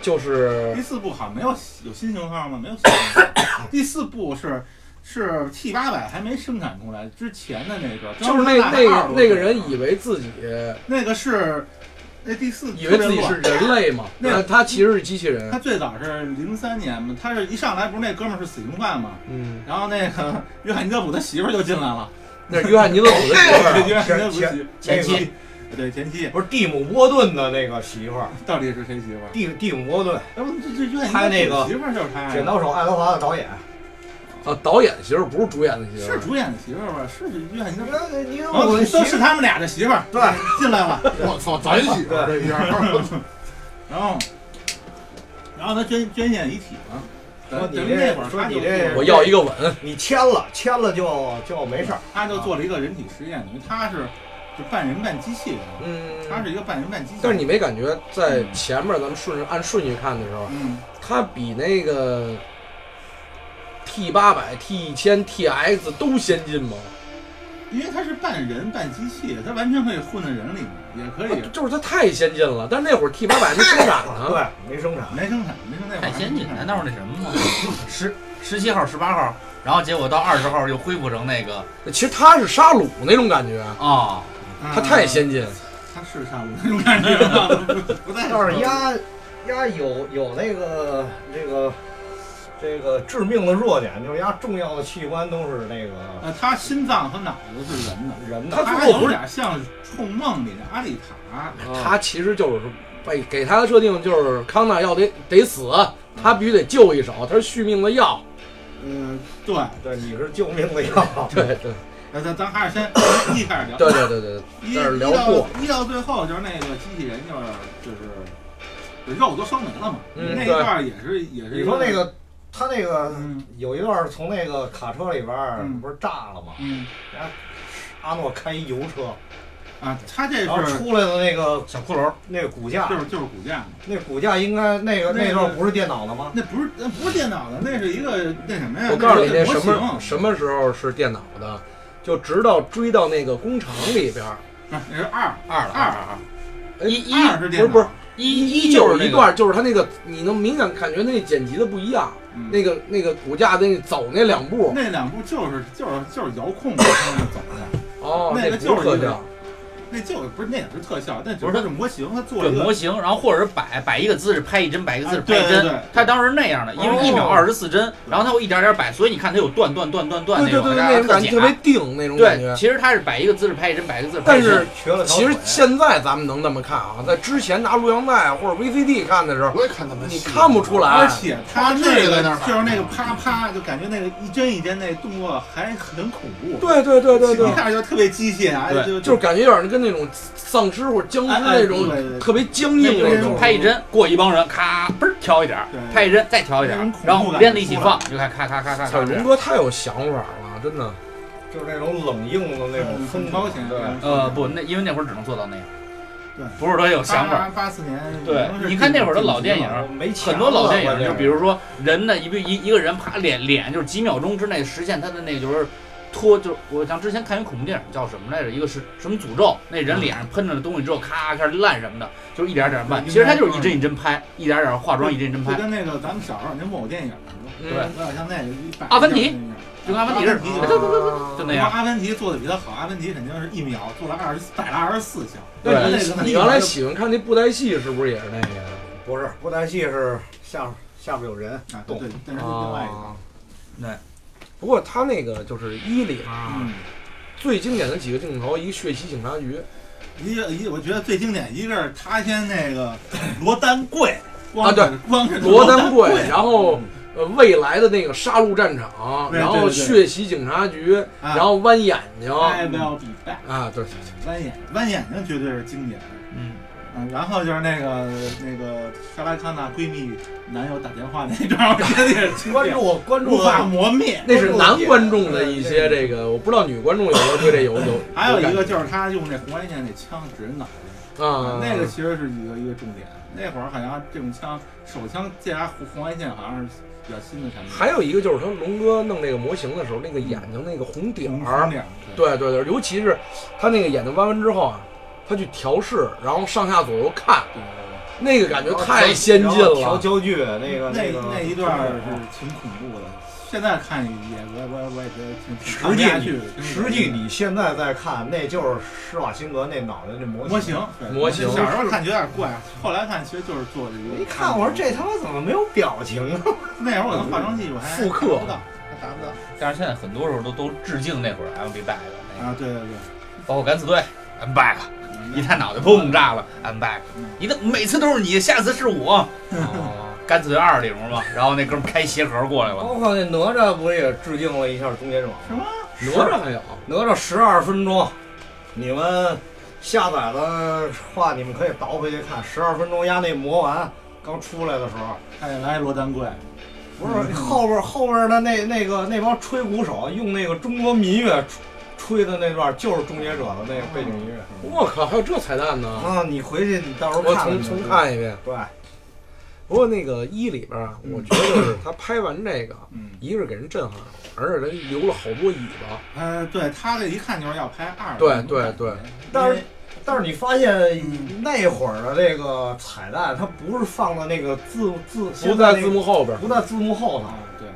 [SPEAKER 2] 就是
[SPEAKER 6] 第四部好像没有有新型号吗？没有新型号。第四部是是 T 八百还没生产出来之前的那个，
[SPEAKER 2] 就是那那个
[SPEAKER 6] 二十多
[SPEAKER 2] 那个
[SPEAKER 6] 岁
[SPEAKER 2] 人以为自己
[SPEAKER 6] 那个是那第四
[SPEAKER 2] 以为自己是人类嘛，
[SPEAKER 6] 那
[SPEAKER 2] 但他其实是机器人
[SPEAKER 6] 他。最早是零三年嘛，他是一上来不是那哥们儿是死刑犯嘛，
[SPEAKER 2] 嗯，
[SPEAKER 6] 然后那个约翰尼德普他媳妇儿就进来了，
[SPEAKER 2] 那是约翰尼德普的媳妇 儿啊。
[SPEAKER 6] 约翰尼德普媳
[SPEAKER 5] 前妻
[SPEAKER 6] 对前妻
[SPEAKER 1] 不是蒂姆·波顿的那个媳妇儿，
[SPEAKER 6] 到底是谁媳妇儿？
[SPEAKER 1] 蒂蒂姆·波顿，
[SPEAKER 6] 要不这这约
[SPEAKER 1] 他
[SPEAKER 6] 翰尼
[SPEAKER 1] 那
[SPEAKER 6] 德
[SPEAKER 1] 个
[SPEAKER 6] 普媳妇儿就是他
[SPEAKER 1] 《
[SPEAKER 6] 呀
[SPEAKER 1] 剪刀手爱德华》的导演。
[SPEAKER 2] 啊，导演媳妇儿不是主演的媳妇
[SPEAKER 6] 是
[SPEAKER 2] 儿，
[SPEAKER 6] 主演的媳妇儿吧？是约翰尼德普。
[SPEAKER 1] 啊那你
[SPEAKER 6] 然后
[SPEAKER 1] 我
[SPEAKER 6] 都是他们俩的媳妇儿
[SPEAKER 1] 对
[SPEAKER 6] 进来了，
[SPEAKER 3] 我操，咱媳妇儿这一样，
[SPEAKER 6] 然后然后他捐捐献遗体了。
[SPEAKER 1] 说
[SPEAKER 6] 等
[SPEAKER 1] 你
[SPEAKER 6] 等
[SPEAKER 1] 这
[SPEAKER 6] 那会儿
[SPEAKER 1] 说
[SPEAKER 6] 他
[SPEAKER 1] 你
[SPEAKER 6] 就
[SPEAKER 1] 这
[SPEAKER 6] 做
[SPEAKER 2] 我要一个吻。
[SPEAKER 1] 你签了，签了就就没事儿。
[SPEAKER 6] 他就做了一个人体实验，等于他是就半人半机器人，
[SPEAKER 2] 嗯，
[SPEAKER 6] 他是一个半人半机器人。
[SPEAKER 2] 但是你没感觉在前面咱们顺着按顺序看的时候，
[SPEAKER 6] 嗯，
[SPEAKER 2] 它比那个 T 八百、T 一千、TX 都先进吗？
[SPEAKER 6] 因为他是半人半机器，他完全可以混在人里面，也可以
[SPEAKER 2] 就是它太先进了，但是那会儿 T 八百没生产呢。
[SPEAKER 1] 对，没生产。
[SPEAKER 6] 没生产，没生那会儿
[SPEAKER 5] 太先进，
[SPEAKER 6] 还没
[SPEAKER 5] 难
[SPEAKER 6] 生产
[SPEAKER 5] 道是那什么吗？十十七号、十八号，然后结果到二十号又恢复成那个
[SPEAKER 2] 其实它是沙鲁那种感觉，
[SPEAKER 5] 啊，
[SPEAKER 2] 它
[SPEAKER 6] 嗯
[SPEAKER 2] 太先进。
[SPEAKER 6] 他是上午那种感觉了， 不太
[SPEAKER 1] 但是鸭鸭有有那个这个这个致命的弱点，就是鸭重要的器官都是那个
[SPEAKER 6] 呃，他心脏和脑子是人的，
[SPEAKER 1] 人的
[SPEAKER 2] 它。
[SPEAKER 6] 他有点像《冲梦》里的阿丽塔，
[SPEAKER 2] 它其实就是被给它的设定就是康纳要得得死，他必须得救一手，它是续命的药。
[SPEAKER 6] 嗯，对，
[SPEAKER 1] 对，你是救命的药。
[SPEAKER 2] 对对
[SPEAKER 6] 那咱咱还是先一开始聊，
[SPEAKER 2] 对对对对，
[SPEAKER 6] 一
[SPEAKER 2] 但是聊
[SPEAKER 6] 一到
[SPEAKER 2] 过
[SPEAKER 6] 一到最后就是那个机器人就是就是肉都烧没了嘛，
[SPEAKER 2] 嗯
[SPEAKER 6] 那一
[SPEAKER 2] 对
[SPEAKER 6] 段儿也是也是
[SPEAKER 1] 你说那
[SPEAKER 6] 一
[SPEAKER 1] 个他那个
[SPEAKER 6] 嗯
[SPEAKER 1] 有一段从那个卡车里边儿
[SPEAKER 6] 嗯
[SPEAKER 1] 不是炸了吗？
[SPEAKER 6] 嗯
[SPEAKER 1] 阿诺开一油车，
[SPEAKER 6] 啊，他这
[SPEAKER 1] 然后
[SPEAKER 6] 是
[SPEAKER 1] 出来的那个
[SPEAKER 5] 小骷髅，
[SPEAKER 1] 那个骨架
[SPEAKER 6] 就，是就是骨架嘛。
[SPEAKER 1] 那骨架应该那个
[SPEAKER 6] 那个
[SPEAKER 1] 那段不是电脑的吗？
[SPEAKER 6] 那不是那不是电脑的，那是一个那什么呀？
[SPEAKER 2] 我告诉你，那
[SPEAKER 6] 那是
[SPEAKER 2] 什
[SPEAKER 6] 模
[SPEAKER 2] 么
[SPEAKER 6] 型
[SPEAKER 2] 什么时候是电脑的，就直到追到那个工厂里边儿，
[SPEAKER 6] 啊那是二
[SPEAKER 5] 二了
[SPEAKER 6] 二
[SPEAKER 5] 二
[SPEAKER 2] 哎
[SPEAKER 5] 一一
[SPEAKER 6] 二是
[SPEAKER 2] 不
[SPEAKER 6] 电
[SPEAKER 2] 是
[SPEAKER 6] 脑，
[SPEAKER 2] 不是，
[SPEAKER 5] 一
[SPEAKER 2] 一
[SPEAKER 5] 就是
[SPEAKER 2] 是一
[SPEAKER 5] 那个
[SPEAKER 2] 段，就是他那个，你能明显感觉那剪辑的不一样，
[SPEAKER 6] 嗯
[SPEAKER 2] 那个那个骨架那走那两步，
[SPEAKER 6] 那两部就是就是就是遥控的那么走的，
[SPEAKER 2] 哦，
[SPEAKER 6] 那个
[SPEAKER 2] 不
[SPEAKER 6] 就是
[SPEAKER 2] 特
[SPEAKER 6] 一个
[SPEAKER 2] 效，
[SPEAKER 6] 那就不是那也不是特效，那只
[SPEAKER 5] 不是
[SPEAKER 6] 是模型，它做
[SPEAKER 5] 对
[SPEAKER 6] 了一个
[SPEAKER 5] 模型，然后或者是摆摆一个姿势拍一帧，摆一个姿势
[SPEAKER 6] 啊
[SPEAKER 5] 拍
[SPEAKER 6] 对
[SPEAKER 5] 一
[SPEAKER 6] 对
[SPEAKER 5] 帧
[SPEAKER 6] 对。
[SPEAKER 5] 他当时那样的，因为一秒二十四帧，然后他会一点点摆，所以你看他有断断断断断
[SPEAKER 2] 对
[SPEAKER 5] 那
[SPEAKER 2] 对
[SPEAKER 5] 种，
[SPEAKER 2] 对，
[SPEAKER 5] 然后
[SPEAKER 2] 那种感觉特
[SPEAKER 5] 特
[SPEAKER 2] 别
[SPEAKER 5] 假。
[SPEAKER 2] 定那种感
[SPEAKER 5] 对，
[SPEAKER 2] 觉。
[SPEAKER 5] 其实他是摆一个姿势拍一帧，摆一个姿势拍
[SPEAKER 2] 但
[SPEAKER 5] 一
[SPEAKER 2] 是
[SPEAKER 5] 帧。
[SPEAKER 1] 瘸了条
[SPEAKER 2] 其
[SPEAKER 1] 腿
[SPEAKER 2] 实现在咱们能这么看啊，在之前拿录像带或者 VCD 看的时候，
[SPEAKER 3] 我也看他们，
[SPEAKER 2] 你看不出
[SPEAKER 3] 来。
[SPEAKER 2] 来
[SPEAKER 6] 而，且它
[SPEAKER 3] 它这
[SPEAKER 6] 那
[SPEAKER 3] 个在那
[SPEAKER 6] 个
[SPEAKER 3] 儿摆啊
[SPEAKER 6] 就是那个啪啪，就感觉那个一帧一帧那动作还很恐怖，
[SPEAKER 2] 对对对对对
[SPEAKER 6] 一，看就特别机械啊，
[SPEAKER 5] 对
[SPEAKER 6] 就
[SPEAKER 2] 就是感觉有点跟那种丧尸或者僵尸
[SPEAKER 6] 哎哎
[SPEAKER 2] 那种
[SPEAKER 6] 对对对
[SPEAKER 2] 特别僵硬
[SPEAKER 5] 那
[SPEAKER 2] 的
[SPEAKER 5] 个
[SPEAKER 2] 那
[SPEAKER 5] 人
[SPEAKER 2] 种。
[SPEAKER 5] 拍一帧，过一帮人，咔，嘣儿挑一点儿
[SPEAKER 6] 对，
[SPEAKER 5] 拍一帧再挑一点
[SPEAKER 6] 那
[SPEAKER 5] 儿
[SPEAKER 6] 种恐，怖
[SPEAKER 5] 然后
[SPEAKER 6] 感
[SPEAKER 5] 连着一起
[SPEAKER 6] 出来
[SPEAKER 5] 放，就看咔咔咔咔
[SPEAKER 2] 彩
[SPEAKER 5] 咔这
[SPEAKER 2] 荣
[SPEAKER 5] 样。
[SPEAKER 2] 哥太有想法了，真的。
[SPEAKER 1] 就是那种冷硬的那种
[SPEAKER 6] 嗯
[SPEAKER 1] 风格
[SPEAKER 6] 很高兴
[SPEAKER 1] 对，
[SPEAKER 5] 呃，不，那因为那会儿只能做到那样，
[SPEAKER 6] 对
[SPEAKER 5] 不是说有想法。
[SPEAKER 6] 八四年，
[SPEAKER 5] 对
[SPEAKER 6] 可能是
[SPEAKER 5] 你看那会儿的老
[SPEAKER 6] 顶级
[SPEAKER 5] 电影
[SPEAKER 6] 了
[SPEAKER 1] 我没钱
[SPEAKER 5] 很多老电
[SPEAKER 1] 了
[SPEAKER 5] 影，就比如说人呢，一个一一个人啪脸脸就是几秒钟之内实现他的那个就是脱，就是我像之前看一恐怖电影叫什么来着，一个是什么诅咒，那人脸上喷着东西之后咔开始烂什么的，就是一点点慢。其实他就是一帧一帧拍，一点点化妆一帧一帧
[SPEAKER 6] 就
[SPEAKER 5] 拍，
[SPEAKER 6] 跟那个咱们小时候您问我电影似
[SPEAKER 2] 嗯
[SPEAKER 6] 的，
[SPEAKER 5] 对
[SPEAKER 6] 有点像那个一摆
[SPEAKER 5] 阿凡提
[SPEAKER 6] 那样，
[SPEAKER 5] 就跟阿凡提似的，
[SPEAKER 6] 啊
[SPEAKER 5] 就
[SPEAKER 6] 那
[SPEAKER 5] 那样。
[SPEAKER 6] 阿凡提做的比他好，阿凡提肯定是一秒做了二十摆了二十四枪，
[SPEAKER 2] 对
[SPEAKER 6] 那个那
[SPEAKER 2] 你
[SPEAKER 6] 个
[SPEAKER 2] 原来喜欢看那布袋戏，是不是也是那个呀？
[SPEAKER 1] 不是不丹戏是下下边有人
[SPEAKER 6] 啊
[SPEAKER 1] 动
[SPEAKER 6] 对对，但是
[SPEAKER 2] 哦
[SPEAKER 6] 另外一个，
[SPEAKER 5] 对。
[SPEAKER 2] 不过他那个就是一里啊，
[SPEAKER 6] 嗯，
[SPEAKER 2] 最经典的几个镜头，一个血洗警察局，
[SPEAKER 6] 一个一个我觉得最经典一个是他先 那个罗丹贵。光
[SPEAKER 2] 啊对
[SPEAKER 6] 是，光是
[SPEAKER 2] 罗丹
[SPEAKER 6] 丹
[SPEAKER 2] 贵，
[SPEAKER 6] 贵，
[SPEAKER 2] 然后呃未来的那个杀戮战场，
[SPEAKER 6] 对
[SPEAKER 2] 然后
[SPEAKER 6] 对对
[SPEAKER 2] 血洗警察局，
[SPEAKER 6] 啊哎
[SPEAKER 2] 然后弯眼睛
[SPEAKER 6] I will be back，
[SPEAKER 2] 啊，对，
[SPEAKER 6] 弯眼弯眼睛绝对是经典的，
[SPEAKER 5] 嗯，
[SPEAKER 6] 嗯，嗯，然后就是那个那个莎拉康纳闺蜜男友打电话那段，我觉得也是
[SPEAKER 1] 关注我，关注
[SPEAKER 6] 无法
[SPEAKER 1] 我。
[SPEAKER 6] 磨灭。
[SPEAKER 2] 那是男观众的一些这个，我不知道女观众有没有对 这有有。
[SPEAKER 6] 还有一个就是他用那红外线那枪指人脑袋，
[SPEAKER 2] 啊，
[SPEAKER 6] 那个其实是一个一个重点。那会儿好像这种枪手枪借啥红红外线好像是比较新的产品。
[SPEAKER 2] 还有一个就是他们龙哥弄那个模型的时候，那个眼睛那个红点
[SPEAKER 6] 红
[SPEAKER 2] 儿，
[SPEAKER 6] 点儿，
[SPEAKER 2] 对对对，尤其是他那个眼睛弯完之后啊，他去调试，然后上下左右看，
[SPEAKER 6] 对对
[SPEAKER 2] 那个感觉太
[SPEAKER 1] 然
[SPEAKER 2] 先进
[SPEAKER 1] 后调
[SPEAKER 2] 了。
[SPEAKER 1] 焦距，那个
[SPEAKER 6] 对，
[SPEAKER 1] 个
[SPEAKER 6] 那那一段儿是挺恐怖的。现在看也我我我也觉得挺挺看
[SPEAKER 1] 实
[SPEAKER 6] 不
[SPEAKER 1] 际
[SPEAKER 6] 下
[SPEAKER 1] 你
[SPEAKER 6] 去的，挺
[SPEAKER 1] 实际你现在再看，那就是施瓦辛格那脑袋那模型。
[SPEAKER 6] 模型对
[SPEAKER 2] 模型
[SPEAKER 6] 小时候看觉得有点怪，后来看其实就是做的一
[SPEAKER 1] 我
[SPEAKER 6] 个。
[SPEAKER 1] 一看，我说这他妈怎么没有表情啊？
[SPEAKER 6] 那会儿我的化妆技术还
[SPEAKER 2] 复刻
[SPEAKER 6] 达不到，还达不到
[SPEAKER 5] 但是现在很多时候都都致敬那会儿 I'll be back 的那个，
[SPEAKER 6] 啊！对对对
[SPEAKER 5] 包括敢死队 I'm back，
[SPEAKER 6] 嗯，
[SPEAKER 5] 一探脑袋砰炸了 I'm back，你怎么每次都是你，下次是我？
[SPEAKER 2] 哦
[SPEAKER 5] 敢死队二里面嘛，然后那哥们开鞋盒过来了，
[SPEAKER 1] 包括那哪吒不是也致敬了一下终结者吗？
[SPEAKER 6] 什么？
[SPEAKER 2] 哪吒还有，
[SPEAKER 1] 哪吒十二分钟，你们下载的话，你们可以倒回去看，十二分钟压那魔丸刚出来的时候，
[SPEAKER 6] 哎，来罗丹怪，
[SPEAKER 1] 不是后边后边的那那个那帮吹鼓手用那个中国民乐吹吹的那段，就是终结者的那个背景音乐。
[SPEAKER 2] 我靠，还有这彩蛋呢！
[SPEAKER 1] 啊，你回去你到时候
[SPEAKER 2] 我
[SPEAKER 1] 看
[SPEAKER 2] 重
[SPEAKER 1] 你就知
[SPEAKER 2] 重
[SPEAKER 1] 道。
[SPEAKER 2] 看一遍。
[SPEAKER 1] 对，
[SPEAKER 2] 不过那个一里边啊，
[SPEAKER 6] 嗯
[SPEAKER 2] 我觉得就是他拍完这 个，
[SPEAKER 6] 嗯，
[SPEAKER 2] 一个是给人震撼，而且他留了好多尾巴。
[SPEAKER 6] 呃，对他这一看就是要拍二的，
[SPEAKER 2] 对对对
[SPEAKER 1] 但
[SPEAKER 6] 但
[SPEAKER 1] 是
[SPEAKER 6] 是
[SPEAKER 1] 但是你发现那会儿的这个彩蛋，它不是放在那个字字嗯
[SPEAKER 2] 不在字，幕后边
[SPEAKER 1] 现在那个不在字幕后头，
[SPEAKER 6] 啊对，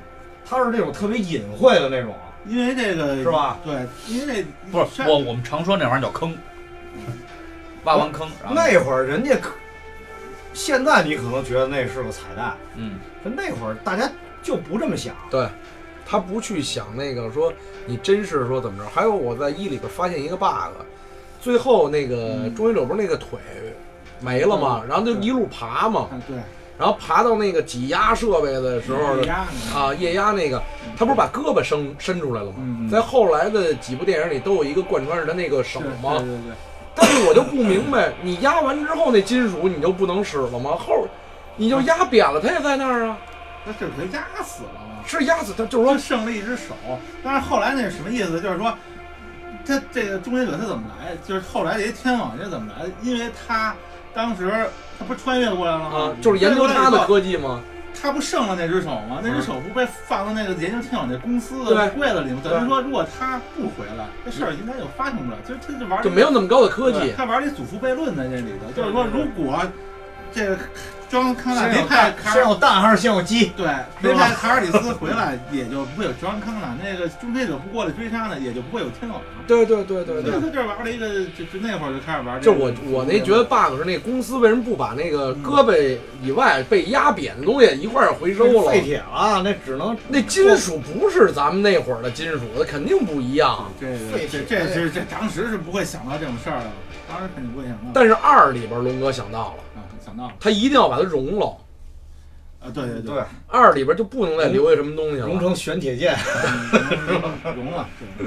[SPEAKER 1] 它是那种特别隐晦的那种，啊
[SPEAKER 6] 因为这个
[SPEAKER 1] 是？吧？
[SPEAKER 6] 对，因为这
[SPEAKER 5] 不是我我们常说那玩意儿叫坑，挖完坑，然后
[SPEAKER 1] 那会儿人家可，现在你可能觉得那是个彩蛋，
[SPEAKER 5] 嗯，
[SPEAKER 1] 可那会儿大家就不这么想。
[SPEAKER 2] 他不去想那个说你真是说怎么着。还有我在 E 一里边发现一个 bug，最后那个
[SPEAKER 6] 嗯
[SPEAKER 2] 终结者不是那个腿没了嘛，然后就一路爬嘛，
[SPEAKER 6] 啊对，
[SPEAKER 2] 然后爬到那个挤压设备的时候
[SPEAKER 6] 是压你
[SPEAKER 2] 啊，液压那个，他不是把胳膊伸伸出来了吗？
[SPEAKER 6] 嗯
[SPEAKER 2] 在后来的几部电影里都有一个贯穿是他那个手
[SPEAKER 6] 是
[SPEAKER 2] 嘛，
[SPEAKER 6] 对对对，
[SPEAKER 2] 但是我就不明白，你压完之后那金属你就不能使了吗？后你就压扁了，它也在那儿啊，
[SPEAKER 6] 那这不就压死了吗？
[SPEAKER 2] 是压死它，就是
[SPEAKER 6] 说
[SPEAKER 2] 说
[SPEAKER 6] 剩了一只手，但是后来那是什么意思？就是说，他这个终结者他怎么来？就是后来这些天网这怎么来？因为他当时他不是穿越过来了
[SPEAKER 2] 啊
[SPEAKER 6] 吗？，
[SPEAKER 2] 就是研究它
[SPEAKER 6] 他
[SPEAKER 2] 的，科技嘛。
[SPEAKER 6] 他不剩了那只手吗？那只手不被放到那个研究天网那公司
[SPEAKER 2] 对
[SPEAKER 6] 的柜子里吗？等
[SPEAKER 2] 对
[SPEAKER 6] 于说，如果他不回来，这事儿应该就发生不了。就是他就玩
[SPEAKER 2] 就没有那么高的科
[SPEAKER 6] 对
[SPEAKER 2] 技。
[SPEAKER 6] 他玩这祖父悖论在这里头，就是说，如果这个庄康纳没派卡
[SPEAKER 1] 先
[SPEAKER 6] 尔
[SPEAKER 1] 有蛋还是先有鸡？
[SPEAKER 6] 啊对，
[SPEAKER 1] 是吧
[SPEAKER 6] 没派卡尔里斯回来，也就不会有乔安康了。 那个终结者不过来追杀呢，也就不会有天网。
[SPEAKER 2] 对对对对
[SPEAKER 6] 所以
[SPEAKER 2] 对，
[SPEAKER 6] 他这玩了一个，就就那会儿就开始玩这
[SPEAKER 2] 就
[SPEAKER 6] 个。
[SPEAKER 2] 我我那觉得 bug 是那公司为什么不把那个胳膊以外被压扁的东西一块儿回收了
[SPEAKER 1] 废？铁了，那只能
[SPEAKER 2] 那金属不是咱们那会儿的金属，它肯定不一样。
[SPEAKER 6] 这个
[SPEAKER 1] 废
[SPEAKER 6] 这
[SPEAKER 1] 铁
[SPEAKER 6] 这是这当时是不会想到这种事儿的，当时肯定不会想到。
[SPEAKER 2] 但是二里边龙哥想到了，
[SPEAKER 6] 啊，想到了
[SPEAKER 2] 他一定要把它融了。
[SPEAKER 6] 啊，对对
[SPEAKER 1] 对，
[SPEAKER 2] 二里边就不能再留下什么东西
[SPEAKER 1] 融
[SPEAKER 2] 了。
[SPEAKER 1] 成玄铁剑。
[SPEAKER 6] 嗯融了。对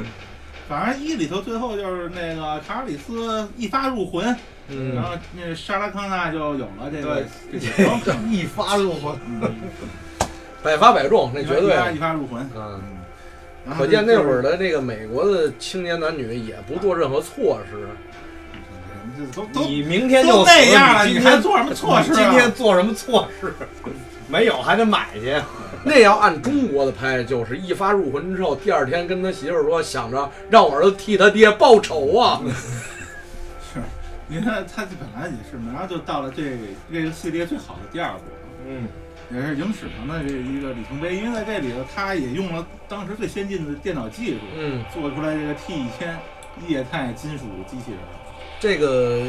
[SPEAKER 6] 反正一里头最后就是那个卡尔里斯一发入魂，然
[SPEAKER 2] 嗯，
[SPEAKER 6] 后那莎拉康纳就有了这个这个嗯装
[SPEAKER 1] 对， 一发入魂。
[SPEAKER 2] 百发百中，那
[SPEAKER 6] 一
[SPEAKER 2] 绝对。
[SPEAKER 6] 发一发入魂。
[SPEAKER 2] 嗯，
[SPEAKER 6] 然后
[SPEAKER 2] 可见
[SPEAKER 6] 啊就
[SPEAKER 2] 那会儿的这个美国的青年男女也不做任何措施。
[SPEAKER 6] 就是都都
[SPEAKER 1] 你明天就
[SPEAKER 6] 都
[SPEAKER 1] 死
[SPEAKER 6] 那样了，
[SPEAKER 1] 你
[SPEAKER 6] 你
[SPEAKER 1] 今
[SPEAKER 6] 还
[SPEAKER 1] 天
[SPEAKER 6] 做什么措施、
[SPEAKER 1] 你
[SPEAKER 6] 啊？
[SPEAKER 1] 今天做什么措施？ 没有还得买去。
[SPEAKER 2] 那要按中国的拍，就是一发入魂之后，第二天跟他媳妇儿说，想着让我儿子替他爹报仇啊。
[SPEAKER 6] 是，你看他这本来也是，马上就到了这这个系列最好的第二部，
[SPEAKER 1] 嗯，
[SPEAKER 6] 也是影史上的这一个里程碑，因为在这里头他也用了当时最先进的电脑技术，
[SPEAKER 2] 嗯，
[SPEAKER 6] 做出来这个 T 一千液态金属机器人。
[SPEAKER 2] 这个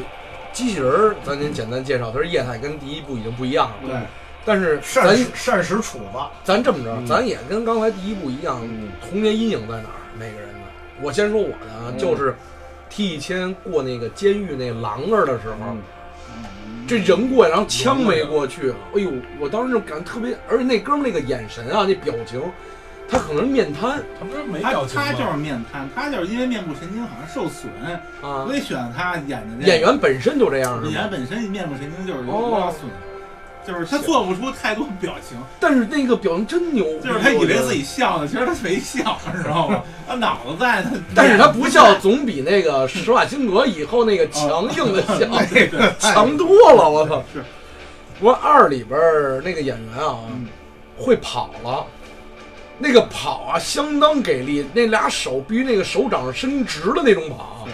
[SPEAKER 2] 机器人儿，咱先简单介绍，它是液态，跟第一部已经不一样了。
[SPEAKER 6] 对，
[SPEAKER 2] 但是
[SPEAKER 1] 膳
[SPEAKER 2] 咱
[SPEAKER 1] 食膳食杵子。
[SPEAKER 2] 咱这么着，
[SPEAKER 1] 嗯
[SPEAKER 2] 咱也跟刚才第一部一样，
[SPEAKER 1] 嗯
[SPEAKER 2] 童年阴影在哪儿？每个人的，我先说我的啊，
[SPEAKER 1] 嗯
[SPEAKER 2] 就是替一千过那个监狱那廊儿的时候，
[SPEAKER 1] 嗯
[SPEAKER 6] 嗯
[SPEAKER 2] 这人过来，然后枪没过去，哎呦，我当时就感觉特别，而且那哥们儿那个眼神啊，那表情，他可能是面瘫
[SPEAKER 4] 他不是没
[SPEAKER 6] 他
[SPEAKER 4] 表情吗？
[SPEAKER 6] 他就是面瘫，他就是因为面部神经好像受损，
[SPEAKER 2] 啊
[SPEAKER 6] 所，以选他演的、这个、
[SPEAKER 2] 演员本身就这样是
[SPEAKER 6] 演
[SPEAKER 2] 吗
[SPEAKER 6] 员？本身面部神经就是有
[SPEAKER 2] 哦
[SPEAKER 6] 多少损，就是他做不出太多表情，
[SPEAKER 2] 但是那个表情真牛，
[SPEAKER 6] 就是他以为自
[SPEAKER 2] 己，
[SPEAKER 6] 己笑呢，其实他没笑，你知道吗？他脑子在，他
[SPEAKER 2] 但是他不笑
[SPEAKER 6] 在
[SPEAKER 2] 总比那个施瓦辛格以后那个强硬的 笑
[SPEAKER 6] 对对，
[SPEAKER 1] 哎
[SPEAKER 2] 强多了，我操！
[SPEAKER 6] 是，
[SPEAKER 2] 不过二里边儿那个演员啊，
[SPEAKER 6] 嗯，
[SPEAKER 2] 会跑了，那个跑啊相当给力，那俩手必须那个手掌伸直的那种跑
[SPEAKER 6] 是，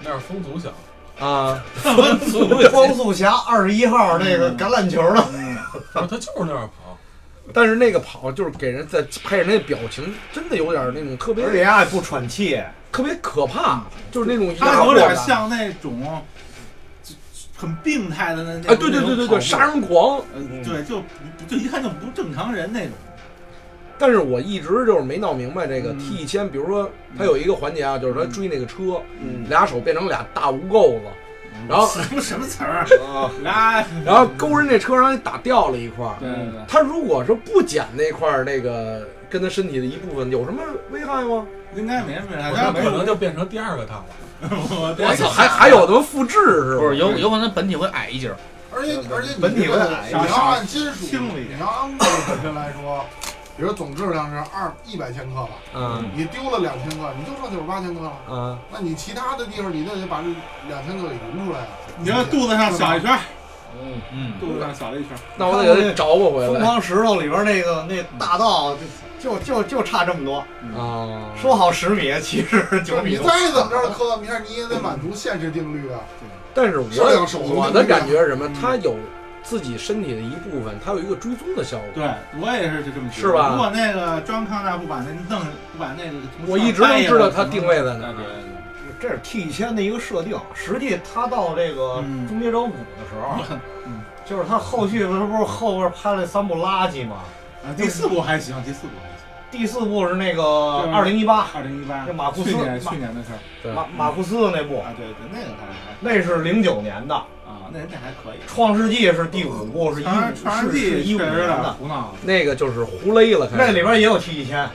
[SPEAKER 4] 那是风足小，
[SPEAKER 2] 啊，
[SPEAKER 6] 嗯，足，
[SPEAKER 1] 光速侠二十一号那个橄榄球的，
[SPEAKER 6] 嗯，
[SPEAKER 4] 不是他就是那样跑，
[SPEAKER 2] 但是那个跑就是给人在配上那表情，真的有点那种特别
[SPEAKER 1] 而且还不喘气，
[SPEAKER 2] 特别可怕，就是那种
[SPEAKER 6] 他有
[SPEAKER 2] 压迫
[SPEAKER 6] 点
[SPEAKER 2] 感
[SPEAKER 6] 像那种就很病态的那那
[SPEAKER 2] 啊，对对对对对，杀，人狂。
[SPEAKER 6] 那种跑步呃对，就不就一看就不正常人那种，
[SPEAKER 2] 但是我一直就是没闹明白这个
[SPEAKER 6] 嗯
[SPEAKER 2] T 一千，比如说他有一个环节啊，就是他追那个车，
[SPEAKER 1] 嗯
[SPEAKER 2] 俩手变成俩大无垢子，
[SPEAKER 6] 嗯
[SPEAKER 2] 然后
[SPEAKER 6] 什么什么词儿，
[SPEAKER 1] 啊，
[SPEAKER 6] 俩，
[SPEAKER 2] 然后勾人那车让人打掉了一块儿。
[SPEAKER 6] 对对对，
[SPEAKER 2] 他如果说不剪那块儿那个跟他身体的一部分，有什么危害吗？
[SPEAKER 6] 应该没什么
[SPEAKER 4] 我
[SPEAKER 6] 人，
[SPEAKER 4] 觉得
[SPEAKER 6] 哎他
[SPEAKER 4] 可能就变成第二个大碗。
[SPEAKER 6] 我
[SPEAKER 5] 我操
[SPEAKER 2] 还还有他妈复制是
[SPEAKER 5] 不
[SPEAKER 2] 吧？
[SPEAKER 5] 是有有可能本体会矮一截儿，
[SPEAKER 3] 而且而且你
[SPEAKER 1] 本体
[SPEAKER 3] 这
[SPEAKER 1] 会
[SPEAKER 3] 个
[SPEAKER 1] 矮
[SPEAKER 3] 你要按金属，
[SPEAKER 6] 轻了一点
[SPEAKER 3] 你要按物质本身来说，比如总质量是二一百千克吧，
[SPEAKER 2] 嗯
[SPEAKER 3] 你丢了两千克，你就剩九十八千克了。
[SPEAKER 2] 嗯，
[SPEAKER 3] 那你其他的地方，你就得把这两千克给匀出来啊。
[SPEAKER 6] 你要肚子上小一圈，
[SPEAKER 1] 嗯，
[SPEAKER 5] 嗯，
[SPEAKER 6] 肚子上小了一圈，
[SPEAKER 2] 那我得给他找我回
[SPEAKER 1] 疯
[SPEAKER 2] 来啊
[SPEAKER 1] 狂石头里边那个那大道就就就就差这么多，。
[SPEAKER 2] 哦
[SPEAKER 1] 说好十米，其实
[SPEAKER 3] 就
[SPEAKER 1] 九
[SPEAKER 3] 是
[SPEAKER 1] 米
[SPEAKER 3] 你
[SPEAKER 1] 多。
[SPEAKER 3] 再怎么着磕碰一下，你也得满足现实定律啊。
[SPEAKER 2] 但是
[SPEAKER 3] 是两
[SPEAKER 2] 我
[SPEAKER 3] 手
[SPEAKER 2] 我的感觉是什么
[SPEAKER 6] 嗯？
[SPEAKER 2] 他有自己身体的一部分，他有一个追踪的效果。
[SPEAKER 6] 对，我也是就这么觉得
[SPEAKER 2] 是吧
[SPEAKER 6] 如果那个庄康纳不把那弄，不把那个从
[SPEAKER 2] 我一直
[SPEAKER 6] 上
[SPEAKER 2] 都
[SPEAKER 6] 掰下
[SPEAKER 2] 知道
[SPEAKER 6] 来
[SPEAKER 2] 他
[SPEAKER 6] 可能
[SPEAKER 2] 定位在哪
[SPEAKER 6] 对
[SPEAKER 2] 儿
[SPEAKER 6] 对对
[SPEAKER 1] 这是 T 一千的一个设定，实际他到这个
[SPEAKER 6] 嗯
[SPEAKER 1] 终结者五的时候，
[SPEAKER 6] 嗯
[SPEAKER 1] 就是他后续不是不是后边拍了三部垃圾吗？
[SPEAKER 6] 对啊，第四部还行，第四部还行，
[SPEAKER 1] 第四部是那个
[SPEAKER 6] 对啊
[SPEAKER 1] 二零一八
[SPEAKER 6] 二零一八，
[SPEAKER 1] 这马库斯
[SPEAKER 6] 去年
[SPEAKER 1] 马
[SPEAKER 6] 去年的事儿
[SPEAKER 2] 对
[SPEAKER 1] 马马库斯的那部，
[SPEAKER 6] 啊，对对，那个还还
[SPEAKER 1] 那是零九年的，《
[SPEAKER 6] 啊，那那还可以。
[SPEAKER 1] 创世纪》是第五部，是一
[SPEAKER 6] 传
[SPEAKER 1] 五
[SPEAKER 6] 传
[SPEAKER 1] 是是
[SPEAKER 6] 记
[SPEAKER 1] 一五
[SPEAKER 6] 确实有
[SPEAKER 1] 年
[SPEAKER 6] 点
[SPEAKER 1] 的，
[SPEAKER 6] 胡闹了，
[SPEAKER 2] 那个就是胡勒了，开始
[SPEAKER 1] 那里边也有 T 一千，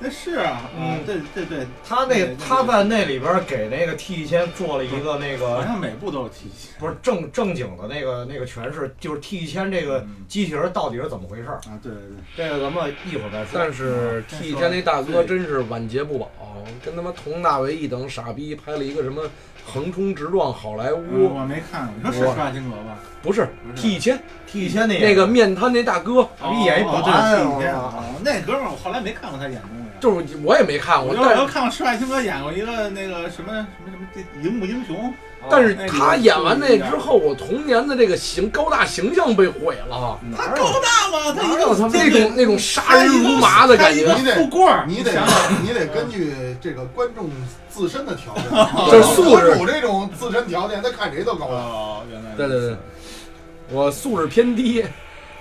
[SPEAKER 6] 那是啊，
[SPEAKER 1] 嗯
[SPEAKER 6] 啊对对对，
[SPEAKER 1] 他那他在那里边给那个 T 一千做了一个那
[SPEAKER 6] 好
[SPEAKER 1] 个
[SPEAKER 6] 像每部都有提及
[SPEAKER 1] 不是正正经的那个那个诠释，就是 T 一千这个
[SPEAKER 6] 嗯
[SPEAKER 1] 机器人到底是怎么回事儿，
[SPEAKER 6] 啊，对对对，
[SPEAKER 1] 这个咱们一会儿再说。
[SPEAKER 2] 但是 T 一千那大哥真是晚节不保，跟他妈佟大为一等傻逼拍了一个什么横冲直撞好莱
[SPEAKER 6] 嗯
[SPEAKER 2] 坞，
[SPEAKER 6] 我没看过，你说是
[SPEAKER 2] 我
[SPEAKER 6] 施瓦辛格吧？
[SPEAKER 2] 不是
[SPEAKER 6] 不是
[SPEAKER 2] T 一千
[SPEAKER 1] T 一千那
[SPEAKER 2] 那个面瘫那大哥，
[SPEAKER 1] 一演一保安
[SPEAKER 6] 哦对，是一天
[SPEAKER 1] 我操
[SPEAKER 6] 啊，那哥们儿我后来没看过他演东西。
[SPEAKER 2] 就是啊我也没看过
[SPEAKER 6] 我，就我
[SPEAKER 2] 但
[SPEAKER 6] 就是看过施瓦辛格演过一个那个什么什么什么这荧幕英雄，
[SPEAKER 2] 但是
[SPEAKER 6] 那个
[SPEAKER 2] 他演完那之后，我童年的这个形高大形象被毁了，
[SPEAKER 6] 他高大吗？他一
[SPEAKER 1] 哪有他
[SPEAKER 6] 个
[SPEAKER 1] 妈
[SPEAKER 2] 那
[SPEAKER 6] 这
[SPEAKER 2] 种那种杀人如麻的感觉，
[SPEAKER 6] 他一个富贵 儿，
[SPEAKER 3] 你得
[SPEAKER 6] 想想
[SPEAKER 3] 你得根据这个观众自身的条件，
[SPEAKER 2] 就是素质
[SPEAKER 3] 有这种自身条件，他看谁都高了。
[SPEAKER 6] 哦，原来
[SPEAKER 2] 对对对，我素质偏低，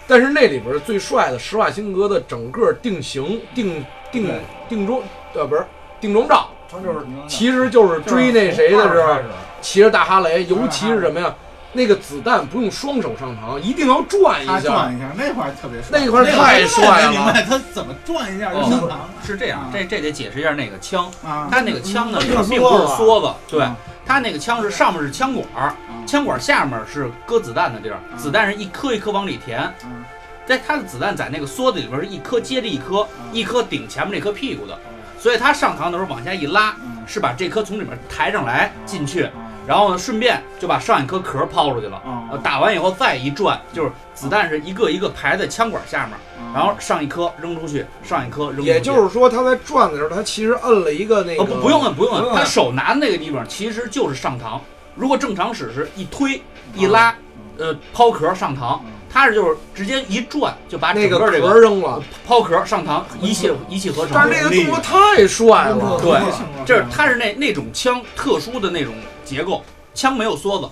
[SPEAKER 2] 但是那里边最帅的施瓦辛格的整个定型定定
[SPEAKER 1] 对
[SPEAKER 2] 定妆呃不是定妆照，
[SPEAKER 1] 他就是
[SPEAKER 2] 其实就是追那谁的时
[SPEAKER 1] 从
[SPEAKER 2] 候
[SPEAKER 1] 二开始
[SPEAKER 2] 骑着大哈雷，尤其是什么呀？那个子弹不用双手上膛，一定要转
[SPEAKER 6] 他
[SPEAKER 2] 一下。
[SPEAKER 6] 转一下那块儿特别帅，
[SPEAKER 2] 那块儿太帅了
[SPEAKER 6] 那块儿我也没明白他怎么转一下就上膛了
[SPEAKER 5] 是这样
[SPEAKER 6] 啊，
[SPEAKER 5] 这这得解释一下那个枪，
[SPEAKER 6] 啊？
[SPEAKER 5] 它那个枪呢
[SPEAKER 1] 嗯
[SPEAKER 5] 并不
[SPEAKER 1] 就是梭
[SPEAKER 5] 是
[SPEAKER 1] 子
[SPEAKER 5] 梭子，对
[SPEAKER 6] 啊，
[SPEAKER 5] 它那个枪是上面是枪管儿，枪管下面是搁子弹的地儿，
[SPEAKER 6] 嗯
[SPEAKER 5] 子弹是一颗一颗往里填。
[SPEAKER 6] 嗯
[SPEAKER 5] 在它的子弹在那个梭子里边是一颗接着一颗，
[SPEAKER 6] 嗯
[SPEAKER 5] 一颗顶前面这颗屁股的，所以它上膛的时候往下一拉，
[SPEAKER 6] 嗯
[SPEAKER 5] 是把这颗从里面抬上来
[SPEAKER 6] 嗯
[SPEAKER 5] 进去，
[SPEAKER 6] 嗯
[SPEAKER 5] 然后呢顺便就把上一颗壳抛出去了。呃
[SPEAKER 6] 嗯
[SPEAKER 5] 打完以后再一转，就是子弹是一个一个排在枪管下面，
[SPEAKER 6] 嗯
[SPEAKER 5] 然后上一颗扔出去，上一颗扔出去。
[SPEAKER 2] 也就是说，他在转的时候，他其实摁了一个那个，
[SPEAKER 5] 哦不不用摁不用
[SPEAKER 1] 不
[SPEAKER 5] 摁，
[SPEAKER 1] 用
[SPEAKER 5] 他
[SPEAKER 1] 摁
[SPEAKER 5] 手拿的那个地方其实就是上膛。如果正常使是一推
[SPEAKER 2] 啊
[SPEAKER 5] 一拉，呃抛壳上膛，他是就是直接一转就把
[SPEAKER 2] 那
[SPEAKER 5] 整
[SPEAKER 2] 个
[SPEAKER 5] 个这
[SPEAKER 2] 壳
[SPEAKER 5] 个
[SPEAKER 2] 扔了。
[SPEAKER 5] 抛壳上膛一气一气呵成。
[SPEAKER 2] 但是那个动作太帅了，
[SPEAKER 5] 对这是它
[SPEAKER 6] 哦是嗯
[SPEAKER 5] 是那那种枪特殊的那种结构，枪没有梭子，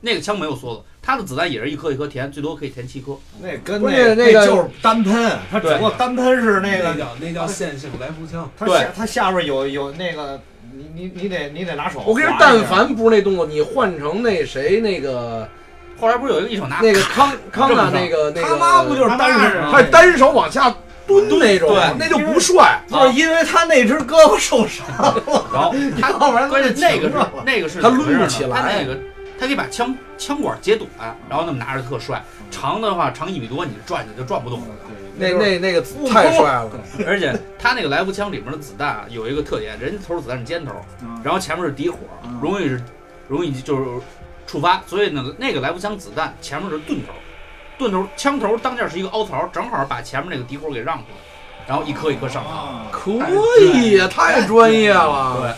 [SPEAKER 5] 那个枪没有梭子，它的子弹也是一颗一颗填，最多可以填七颗。
[SPEAKER 1] 那跟
[SPEAKER 2] 关
[SPEAKER 1] 那
[SPEAKER 2] 键那个
[SPEAKER 1] 就是单喷，他只不过单喷是那
[SPEAKER 4] 那
[SPEAKER 1] 个
[SPEAKER 4] 叫那叫线性来福枪，
[SPEAKER 1] 他下他下边有有那个你你你得你得拿手划一下。
[SPEAKER 2] 我跟你说，但凡不是那动作，你换成那谁那个
[SPEAKER 5] 后来不是有一个一手拿
[SPEAKER 2] 那个康康纳
[SPEAKER 5] 正常
[SPEAKER 2] 那个那个，
[SPEAKER 1] 他妈不就是单
[SPEAKER 6] 他
[SPEAKER 1] 手
[SPEAKER 6] 妈
[SPEAKER 2] 还单手往下蹲那种，
[SPEAKER 4] 对
[SPEAKER 2] 那就不帅。
[SPEAKER 1] 就是因为他那只胳膊受伤，
[SPEAKER 2] 啊
[SPEAKER 5] 然 后他
[SPEAKER 1] 要不然
[SPEAKER 5] 关键那个
[SPEAKER 1] 是
[SPEAKER 5] 是那个是
[SPEAKER 2] 他
[SPEAKER 5] 怎么
[SPEAKER 2] 抡不
[SPEAKER 5] 回事呢
[SPEAKER 2] 起来
[SPEAKER 5] 他那个他可以把枪枪管解短，然后那么拿着特帅。长的话长一米多，你转你就转不动了。
[SPEAKER 2] 那那那个太帅了，
[SPEAKER 5] 而且他那个来福枪里面的子弹啊，有一个特点，人家头子弹是尖头，然后前面是底火
[SPEAKER 6] 嗯，
[SPEAKER 5] 容易是容易就是触发，所以呢，那个来福枪子弹前面是钝头，钝头枪头当间是一个凹槽，正好把前面那个底火给让出来，然后一颗一颗上膛。
[SPEAKER 6] 膛，
[SPEAKER 2] 可以
[SPEAKER 1] 哎
[SPEAKER 2] 呀，太专业了。
[SPEAKER 5] 对，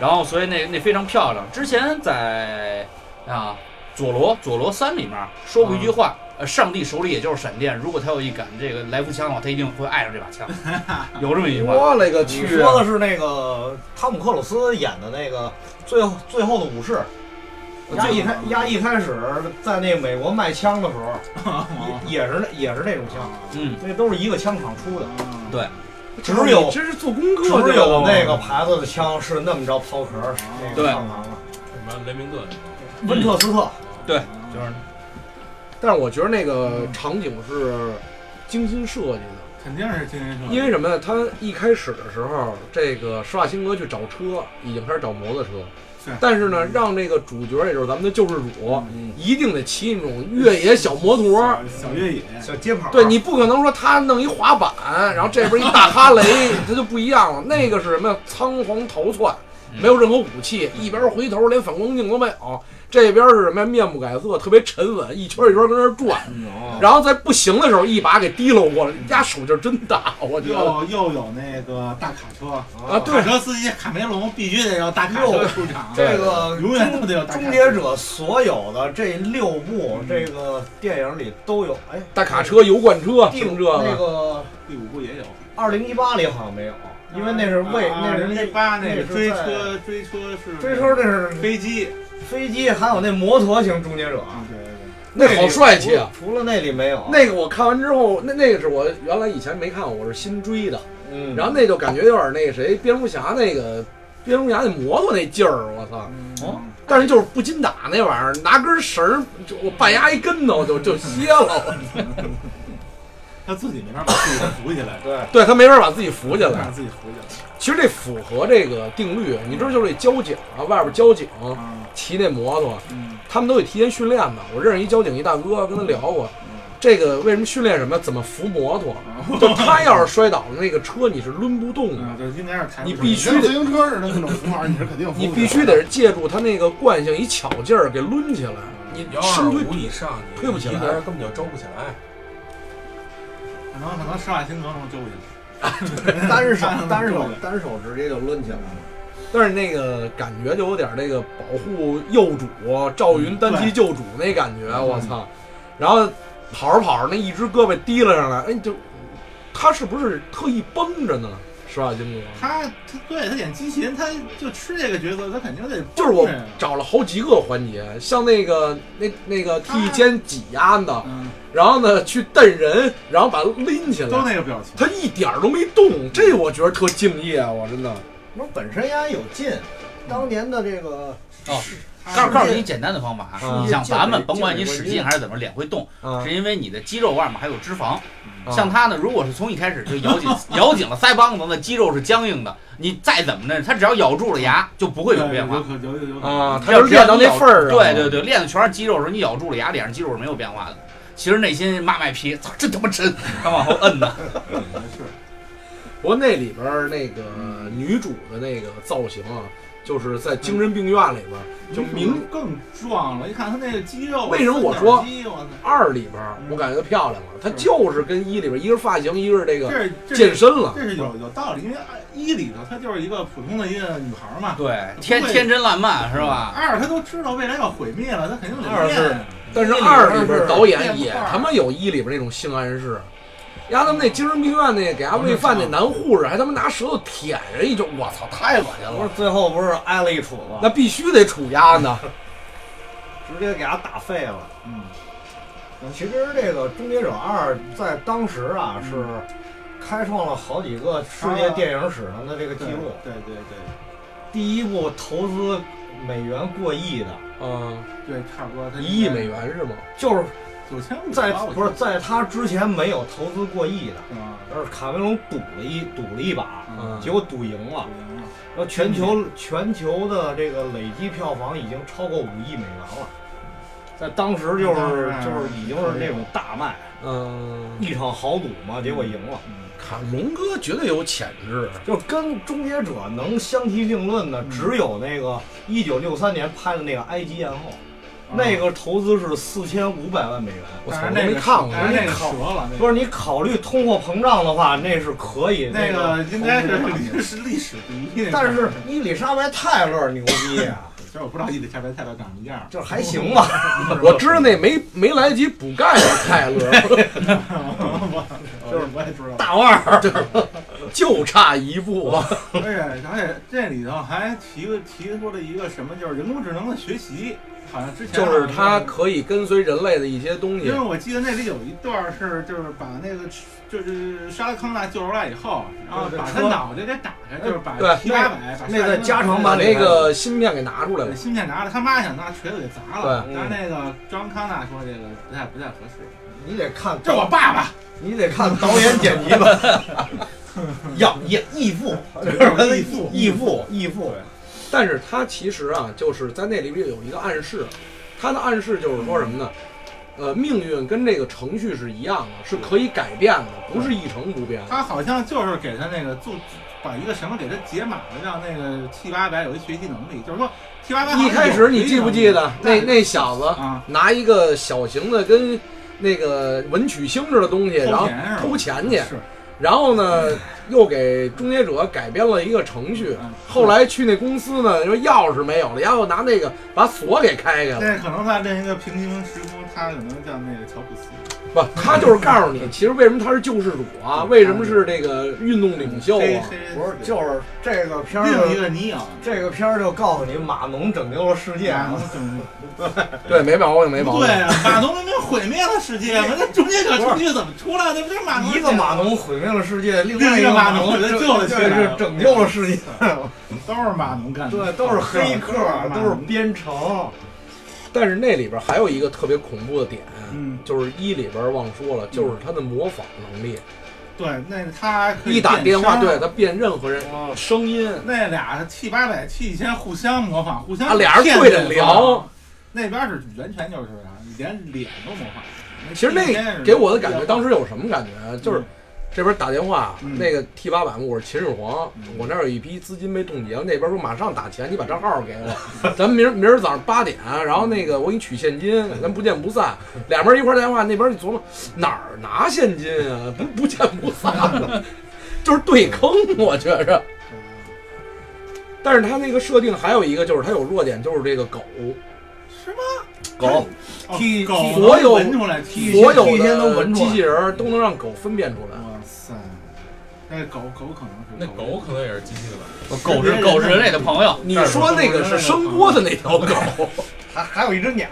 [SPEAKER 5] 然后所以那那非常漂亮。之前在啊《佐罗佐罗三》里面说过一句话，呃，上帝手里也就是闪电，如果他有一杆这个来福枪的话，他一定会爱上这把枪，有这么一句话。
[SPEAKER 2] 我勒个
[SPEAKER 1] 你
[SPEAKER 2] 去！啊
[SPEAKER 1] 说的是那个汤姆克鲁斯演的那个最后最后的武士，压一开压一开始在那个美国卖枪的时候， 啊也也是那也是那种枪，
[SPEAKER 5] 嗯，
[SPEAKER 1] 那都是一个枪厂出的，
[SPEAKER 6] 嗯
[SPEAKER 5] 对
[SPEAKER 1] 只有
[SPEAKER 2] 你这啊是做功课去
[SPEAKER 1] 只
[SPEAKER 2] 了
[SPEAKER 1] 有
[SPEAKER 2] 吗
[SPEAKER 1] 那个牌子的枪是那么着抛壳儿，那个
[SPEAKER 5] 对
[SPEAKER 1] 上膛了。
[SPEAKER 4] 什么雷明顿，
[SPEAKER 1] 温特斯特，
[SPEAKER 2] 嗯
[SPEAKER 5] 就是
[SPEAKER 2] 但是我觉得那个场景是精心设计的，
[SPEAKER 6] 肯定是精神
[SPEAKER 1] 嗯
[SPEAKER 6] 社，
[SPEAKER 2] 因为什么呀？他一开始的时候，这个施瓦辛格去找车，已经开始找摩托车
[SPEAKER 6] 是，
[SPEAKER 2] 但是呢，让这个主角，也就是咱们的救世主，
[SPEAKER 1] 嗯，
[SPEAKER 2] 一定得骑那种越野小摩托。
[SPEAKER 6] 小越野，
[SPEAKER 1] 小街跑。
[SPEAKER 2] 对你不可能说他弄一滑板，然后这边一大 哈雷，他就不一样了。那个是什么呀？仓皇逃窜，
[SPEAKER 5] 嗯
[SPEAKER 2] 没有任何武器，一边回头连反光镜都没有。这边是什么呀？面不改色，特别沉稳，一圈一圈跟那儿转。然后在不行的时候一把给提溜过来，人家手劲儿真大，我觉得。
[SPEAKER 6] 又又有那个大卡车，
[SPEAKER 2] 啊，
[SPEAKER 6] 卡
[SPEAKER 2] 对，
[SPEAKER 6] 车司机卡梅隆必须得让大卡车出场，
[SPEAKER 1] 这个
[SPEAKER 6] 永远都得有大卡
[SPEAKER 1] 终
[SPEAKER 6] 车。
[SPEAKER 1] 结者所有的这六部
[SPEAKER 2] 嗯
[SPEAKER 1] 这个电影里都有，哎，
[SPEAKER 2] 大卡车、油罐车
[SPEAKER 1] 第
[SPEAKER 2] 什么
[SPEAKER 1] 五
[SPEAKER 2] 这
[SPEAKER 1] 那
[SPEAKER 2] 个，
[SPEAKER 1] 个
[SPEAKER 6] 第五部也有，
[SPEAKER 1] 二零一八里好像没有，因为那是为
[SPEAKER 2] 啊
[SPEAKER 1] 那是
[SPEAKER 6] 啊那
[SPEAKER 1] 那
[SPEAKER 6] 八那
[SPEAKER 1] 是
[SPEAKER 6] 个追
[SPEAKER 1] 在
[SPEAKER 6] 车啊追车是
[SPEAKER 1] 追车，这是
[SPEAKER 6] 飞机
[SPEAKER 1] 飞机，还有那摩托型终结者，
[SPEAKER 6] 啊，对对
[SPEAKER 2] 嗯那
[SPEAKER 1] 里
[SPEAKER 2] 好帅气啊！
[SPEAKER 1] 除除了那里没有，
[SPEAKER 2] 那个我看完之后，那那个是我原来以前没看过，我是新追的。
[SPEAKER 1] 嗯，
[SPEAKER 2] 然后那就感觉有点那个谁，蝙蝠侠那个蝙蝠侠那摩托那劲儿，我操！
[SPEAKER 6] 对，
[SPEAKER 1] 哦
[SPEAKER 2] 但是就是不禁打那玩意儿，拿根绳儿，就我半压一跟头就就歇了。
[SPEAKER 6] 他自己没法把自己扶起来，
[SPEAKER 1] 对，
[SPEAKER 2] 对他没法把自己扶起
[SPEAKER 6] 没法
[SPEAKER 2] 来
[SPEAKER 6] 把。自己扶起
[SPEAKER 2] 其实这符合这个定律，你知道就是这交警啊，外边交警
[SPEAKER 6] 来啊，
[SPEAKER 2] 骑那摩托，
[SPEAKER 6] 嗯
[SPEAKER 2] 他们都得提前训练的。我认识一交警一大哥，跟他聊过，这个为什么训练什么，怎么扶摩托。就他要是摔倒了，那个车你是抡不动的，
[SPEAKER 6] 嗯，对，应该是抬不
[SPEAKER 2] 你
[SPEAKER 6] 起来
[SPEAKER 2] 必须
[SPEAKER 3] 像自
[SPEAKER 2] 得
[SPEAKER 3] 行车似的那种扶法，你是肯定扶不
[SPEAKER 2] 你
[SPEAKER 3] 起
[SPEAKER 2] 必
[SPEAKER 3] 来
[SPEAKER 2] 须得是借助他那个惯性一巧劲儿给抡起来，你
[SPEAKER 4] 幺二
[SPEAKER 2] 身推
[SPEAKER 4] 五以上，你
[SPEAKER 2] 推不起来
[SPEAKER 4] 一个人根本就周不起来。
[SPEAKER 6] 可能可能施瓦辛格能救起 来，
[SPEAKER 1] 单手单手单手直接就抡起来了。
[SPEAKER 2] 但是那个感觉就有点那个保护幼主赵云单骑救主那感觉，我操！然后跑着跑着，那一只胳膊提了上来，哎，就他是不是特意绷着呢？施瓦辛格，
[SPEAKER 6] 他他对他演机器人，他就吃这个角色，他肯定得
[SPEAKER 2] 就是我
[SPEAKER 6] 对
[SPEAKER 2] 找了好几个环节，像那个那那个替肩挤压的，
[SPEAKER 6] 嗯，
[SPEAKER 2] 然后呢去蹬人，然后把他拎起
[SPEAKER 6] 都
[SPEAKER 2] 来，
[SPEAKER 6] 那个表情，
[SPEAKER 2] 他一点儿都没动，这我觉得特敬业啊！我真的，
[SPEAKER 1] 那本身也有劲，当年的这个
[SPEAKER 6] 啊
[SPEAKER 5] 告告诉你简单的方法啊，
[SPEAKER 2] 嗯
[SPEAKER 5] 你像咱
[SPEAKER 1] 就是
[SPEAKER 5] 们甭管你使
[SPEAKER 1] 就是
[SPEAKER 5] 劲还是怎么，脸会动，
[SPEAKER 2] 啊
[SPEAKER 5] 是因为你的肌肉外面还有脂肪。
[SPEAKER 2] 啊
[SPEAKER 5] 嗯像他呢，如果是从一开始就咬紧 咬紧了腮帮子，那肌肉是僵硬的，你再怎么着，他只要咬住了牙就不会有变化
[SPEAKER 6] 有。可有有有可
[SPEAKER 2] 啊，他
[SPEAKER 5] 要
[SPEAKER 2] 就是练到那份儿啊，
[SPEAKER 5] 对对对，练的全是肌肉的时候，你咬住了牙，脸上肌肉是没有变化的。其实内心骂卖批，操，真他妈沉，他往后摁呢。
[SPEAKER 6] 能是
[SPEAKER 2] 不过那里边儿那个女主的那个造型啊，就是在精神病院里边儿，
[SPEAKER 6] 嗯
[SPEAKER 2] 就明
[SPEAKER 6] 更壮了。一看他那个肌肉，啊
[SPEAKER 2] 为什么我说
[SPEAKER 6] 三角肌我操
[SPEAKER 2] 二里边儿，我感觉她漂亮了，她就是跟一里边儿，一个是发型，一个是这个
[SPEAKER 6] 这这
[SPEAKER 2] 健
[SPEAKER 6] 是
[SPEAKER 2] 身了
[SPEAKER 6] 这。是有有道理，因为一里头她就是一个普通的一个女孩嘛，
[SPEAKER 5] 对，天天真烂漫是吧？
[SPEAKER 6] 二她都知道未来要毁灭了，她肯定得
[SPEAKER 2] 二是
[SPEAKER 6] 练。
[SPEAKER 2] 但是二里边儿导
[SPEAKER 6] 那
[SPEAKER 2] 演
[SPEAKER 6] 里
[SPEAKER 2] 也
[SPEAKER 6] 边儿
[SPEAKER 2] 他妈有一里边儿那种性暗示，丫他们那精神病院那给丫喂饭那男护士还他妈拿舌头舔人一就，我操，太恶心
[SPEAKER 1] 嗯不是
[SPEAKER 2] 了！
[SPEAKER 1] 最后不是挨了一杵
[SPEAKER 2] 那
[SPEAKER 1] 吗？
[SPEAKER 2] 必须得杵丫呢，
[SPEAKER 1] 直接给他打废了。
[SPEAKER 6] 嗯，
[SPEAKER 1] 嗯其实这个《终结者二》在当时啊
[SPEAKER 6] 嗯
[SPEAKER 1] 是开创了好几个世界电影史上的这个记
[SPEAKER 6] 对
[SPEAKER 1] 录，
[SPEAKER 6] 对对对
[SPEAKER 1] 第一部投资美元过亿的，
[SPEAKER 2] 嗯，
[SPEAKER 6] 对，差不多。她
[SPEAKER 2] 一亿美，元是吗？
[SPEAKER 1] 就是
[SPEAKER 6] 九千五
[SPEAKER 1] 在
[SPEAKER 6] 吧，我觉得
[SPEAKER 1] 不是在他之前没有投资过亿的，
[SPEAKER 6] 是吗？
[SPEAKER 1] 而是卡梅隆赌了一赌了一把，
[SPEAKER 6] 啊嗯
[SPEAKER 1] 结果赌赢了。然后全球全球的这个累计票房已经超过五亿美元了，在当时就是
[SPEAKER 6] 嗯
[SPEAKER 1] 就是已经是那种大卖，
[SPEAKER 2] 嗯，
[SPEAKER 1] 一场豪赌嘛，结果赢了。
[SPEAKER 2] 卡龙哥绝对有潜质，啊嗯
[SPEAKER 1] 就跟《终结者》能相提并论的，只有那个一九六三年拍的那个《埃及艳后》，
[SPEAKER 2] 啊
[SPEAKER 1] 那个投资是四千五百万美元。
[SPEAKER 2] 我操，
[SPEAKER 6] 嗯
[SPEAKER 2] 我
[SPEAKER 6] 但是
[SPEAKER 2] 都
[SPEAKER 6] 那
[SPEAKER 2] 没
[SPEAKER 6] 个
[SPEAKER 2] 看过。
[SPEAKER 6] 但是那个
[SPEAKER 1] 我
[SPEAKER 6] 折了，那
[SPEAKER 1] 不
[SPEAKER 6] 个
[SPEAKER 1] 是你考虑通货膨胀的话，那是可以
[SPEAKER 6] 那
[SPEAKER 1] 个，
[SPEAKER 6] 个应该是历史历史第一。
[SPEAKER 1] 但是伊丽莎白泰勒牛逼 啊，
[SPEAKER 6] 其实我不知道伊丽莎白泰勒长什 么样儿，
[SPEAKER 1] 就是还行吧。
[SPEAKER 2] 我知道那没没来得及补钙的泰勒，
[SPEAKER 6] 我就是我也知道。
[SPEAKER 1] 大腕儿，
[SPEAKER 2] 就差一步啊。
[SPEAKER 6] 而且而且这里头还提个提出了一个什么，就是人工智能的学习，好像之前
[SPEAKER 2] 就是它可以跟随人类的一些东
[SPEAKER 6] 因
[SPEAKER 2] 西
[SPEAKER 6] 为。我记得那里有一段是，就是把那个就是沙拉康纳救出来以后，然后把他脑袋给打开，就是把
[SPEAKER 2] 对
[SPEAKER 6] 皮八百，把
[SPEAKER 1] 那个加长
[SPEAKER 2] 把
[SPEAKER 1] 版
[SPEAKER 2] 那个芯片给拿出来了，
[SPEAKER 6] 芯片拿了，他妈想拿锤子给砸了，
[SPEAKER 1] 对
[SPEAKER 6] 但是那个张康纳说这个不太不太合适，
[SPEAKER 1] 你得看
[SPEAKER 6] 这是我爸爸，
[SPEAKER 1] 你得看导演剪辑版。要也义父，
[SPEAKER 6] 就是义父
[SPEAKER 1] 义父，义父，
[SPEAKER 2] 但是它其实啊，就是在那里边有一个暗示，它的暗示就是说什么呢？
[SPEAKER 6] 嗯
[SPEAKER 2] 呃，命运跟这个程序是一样的，是可以改变的，
[SPEAKER 6] 嗯
[SPEAKER 2] 不是一成不变的。
[SPEAKER 6] 他好像就是给他那个做把一个什么给他解码了，让那个 T 八百有一学习能力，就是说 T 八百
[SPEAKER 2] 一开始你记不记得
[SPEAKER 6] 嗯
[SPEAKER 2] 那那小子
[SPEAKER 6] 啊
[SPEAKER 2] 拿一个小型的跟那个文曲星似的东西，然
[SPEAKER 6] 偷
[SPEAKER 2] 后
[SPEAKER 6] 钱是吧
[SPEAKER 2] 偷钱去，
[SPEAKER 6] 是
[SPEAKER 2] 然后呢又给终结者改编了一个程序。
[SPEAKER 6] 嗯
[SPEAKER 2] 后来去那公司呢，说钥匙没有了，然后拿那个把锁给开开了。
[SPEAKER 6] 那可能他另一个平行时空，他可能叫那个乔布斯。
[SPEAKER 2] 不，他就是告诉你，其实为什么他是救世主
[SPEAKER 6] 嗯
[SPEAKER 2] 啊？为什么是这个运动领袖
[SPEAKER 6] 黑
[SPEAKER 2] 啊？
[SPEAKER 6] 黑
[SPEAKER 1] 不是，就是这个片
[SPEAKER 6] 另一
[SPEAKER 1] 儿，
[SPEAKER 6] 个你养，
[SPEAKER 1] 这个片儿就告诉你马农拯救了世界啊。
[SPEAKER 2] 对，没毛病，没毛病
[SPEAKER 6] 对。啊，马农明明毁灭了世界嘛，那终结者程序怎么出来的？不是马农
[SPEAKER 1] 一个马农毁灭了世界，另
[SPEAKER 6] 另
[SPEAKER 1] 外
[SPEAKER 6] 一
[SPEAKER 1] 一
[SPEAKER 6] 个
[SPEAKER 1] 个
[SPEAKER 6] 马农
[SPEAKER 1] 农
[SPEAKER 6] 拯救了世界
[SPEAKER 1] 对，是拯救了世界。
[SPEAKER 6] 都是马农干的，
[SPEAKER 1] 对，都是黑客，都是
[SPEAKER 6] 马农
[SPEAKER 1] 编程。
[SPEAKER 2] 但是那里边还有一个特别恐怖的点，
[SPEAKER 6] 嗯，
[SPEAKER 2] 就是一里边忘说了，就是他的模仿能力，
[SPEAKER 6] 对，那他可以
[SPEAKER 2] 一打电话
[SPEAKER 6] 变
[SPEAKER 2] 对
[SPEAKER 6] 声。
[SPEAKER 2] 他变任何人声音，
[SPEAKER 6] 那俩 T 八百 T 一千互相模仿，互相
[SPEAKER 2] 啊俩人
[SPEAKER 6] 骗
[SPEAKER 2] 对着聊，
[SPEAKER 6] 那边是完全就是啥，连脸都模仿。
[SPEAKER 2] 其实那给我的感觉，当时有什么感觉？啊就是这边打电话，
[SPEAKER 6] 嗯
[SPEAKER 2] 那个 T 八百，我是秦始皇
[SPEAKER 6] 嗯，
[SPEAKER 2] 我那儿有一批资金被冻结了，那边说马上打钱，你把账号给我，咱们明儿明儿早上八点，然后那个我给你取现金，咱不见不散。俩边一块儿电话，那边一琢磨哪儿拿现金啊？不不见不散了，就是对坑，我觉着。
[SPEAKER 6] 嗯
[SPEAKER 2] 但是他那个设定还有一个就是他有弱点，就是这个狗，
[SPEAKER 6] 是吗？
[SPEAKER 1] 狗
[SPEAKER 6] 哦
[SPEAKER 1] T-
[SPEAKER 6] 狗
[SPEAKER 2] T- 所有
[SPEAKER 6] 闻出来 T
[SPEAKER 2] 所有
[SPEAKER 1] 一天都
[SPEAKER 2] 的
[SPEAKER 1] 闻出
[SPEAKER 2] 机
[SPEAKER 1] 来
[SPEAKER 2] 器人儿都能让狗分辨出来。
[SPEAKER 6] 哇塞，那狗狗可能是
[SPEAKER 4] 那狗可能也是机器的吧？
[SPEAKER 5] 狗是狗是人类的朋友，
[SPEAKER 2] 你说那个是声波的那条 狗，
[SPEAKER 1] 还还有一只鸟，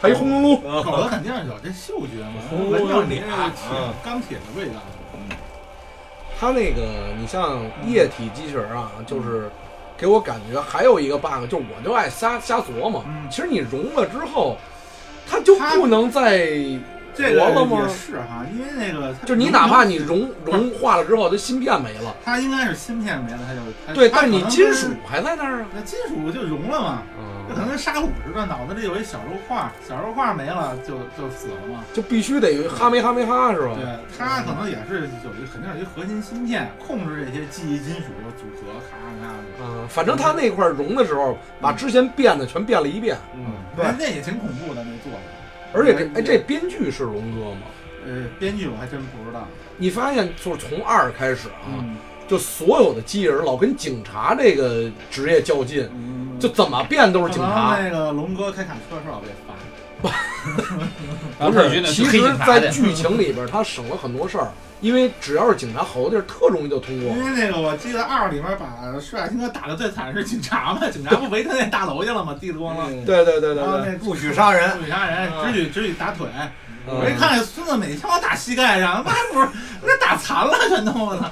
[SPEAKER 2] 还轰隆隆。
[SPEAKER 6] 狗的肯定是有这嗅觉嘛，
[SPEAKER 4] 哦
[SPEAKER 1] 嗯
[SPEAKER 6] 闻着你那个
[SPEAKER 1] 嗯
[SPEAKER 6] 铁钢铁的味道。
[SPEAKER 2] 它那个，你像液体机器人啊，就是给我感觉还有一个 bug，就是我就爱瞎瞎琢磨。
[SPEAKER 6] 嗯
[SPEAKER 2] 其实你融了之后，它就
[SPEAKER 6] 它
[SPEAKER 2] 不能再，
[SPEAKER 6] 这个
[SPEAKER 2] 活了吗
[SPEAKER 6] 也是哈，因为那个它
[SPEAKER 2] 就是你哪怕你融融化了之后，它芯片没了，
[SPEAKER 6] 它应该是芯片没了，它就它
[SPEAKER 2] 对，
[SPEAKER 6] 嗯它
[SPEAKER 2] 但
[SPEAKER 6] 可
[SPEAKER 2] 是
[SPEAKER 6] 能
[SPEAKER 2] 你金属还在那儿啊。
[SPEAKER 6] 那金属就融了嘛，这可能跟沙虎似的，脑子里有一小肉块，小肉块没了就就死了嘛。
[SPEAKER 2] 就必须得有一哈没哈没哈是吧？
[SPEAKER 6] 对，它可能也是有一肯定是一核心芯片控制这些记忆金属组合，咔咔咔的。
[SPEAKER 2] 嗯，反正它那块儿融的时候，把之前变的全变了一遍，
[SPEAKER 1] 嗯，
[SPEAKER 6] 哎那那也挺恐怖的，那做的。
[SPEAKER 2] 而且这哎这编剧是龙哥吗？
[SPEAKER 6] 呃，编剧我还真不知道。
[SPEAKER 2] 你发现就是从二开始啊，
[SPEAKER 6] 嗯，
[SPEAKER 2] 就所有的机器人老跟警察这个职业较劲，
[SPEAKER 6] 嗯啊
[SPEAKER 2] 就怎么变都
[SPEAKER 6] 可
[SPEAKER 2] 是警
[SPEAKER 6] 能
[SPEAKER 2] 察。
[SPEAKER 6] 那个龙哥开卡车是吧？被罚。
[SPEAKER 5] 不
[SPEAKER 2] 不
[SPEAKER 5] 是
[SPEAKER 2] 是，
[SPEAKER 5] 军的
[SPEAKER 2] 其
[SPEAKER 5] 是黑
[SPEAKER 2] 实
[SPEAKER 5] 警，察
[SPEAKER 2] 在
[SPEAKER 5] 的。
[SPEAKER 2] 剧情里边他省了很多事儿，因为只要是警察好的地儿，特容易就通过
[SPEAKER 6] 因。为那个我记得二里面把施瓦辛格打的最惨是警察嘛，警察不围他那大楼去了吗？地咣啷。
[SPEAKER 1] 嗯
[SPEAKER 2] 对对对对
[SPEAKER 6] 然后
[SPEAKER 2] 对，
[SPEAKER 6] 那
[SPEAKER 1] 不许杀人。
[SPEAKER 6] 不许杀人，只许只许打腿。我一
[SPEAKER 2] 嗯
[SPEAKER 6] 看孙子每枪都打膝盖上，那不是那打残了全都我操！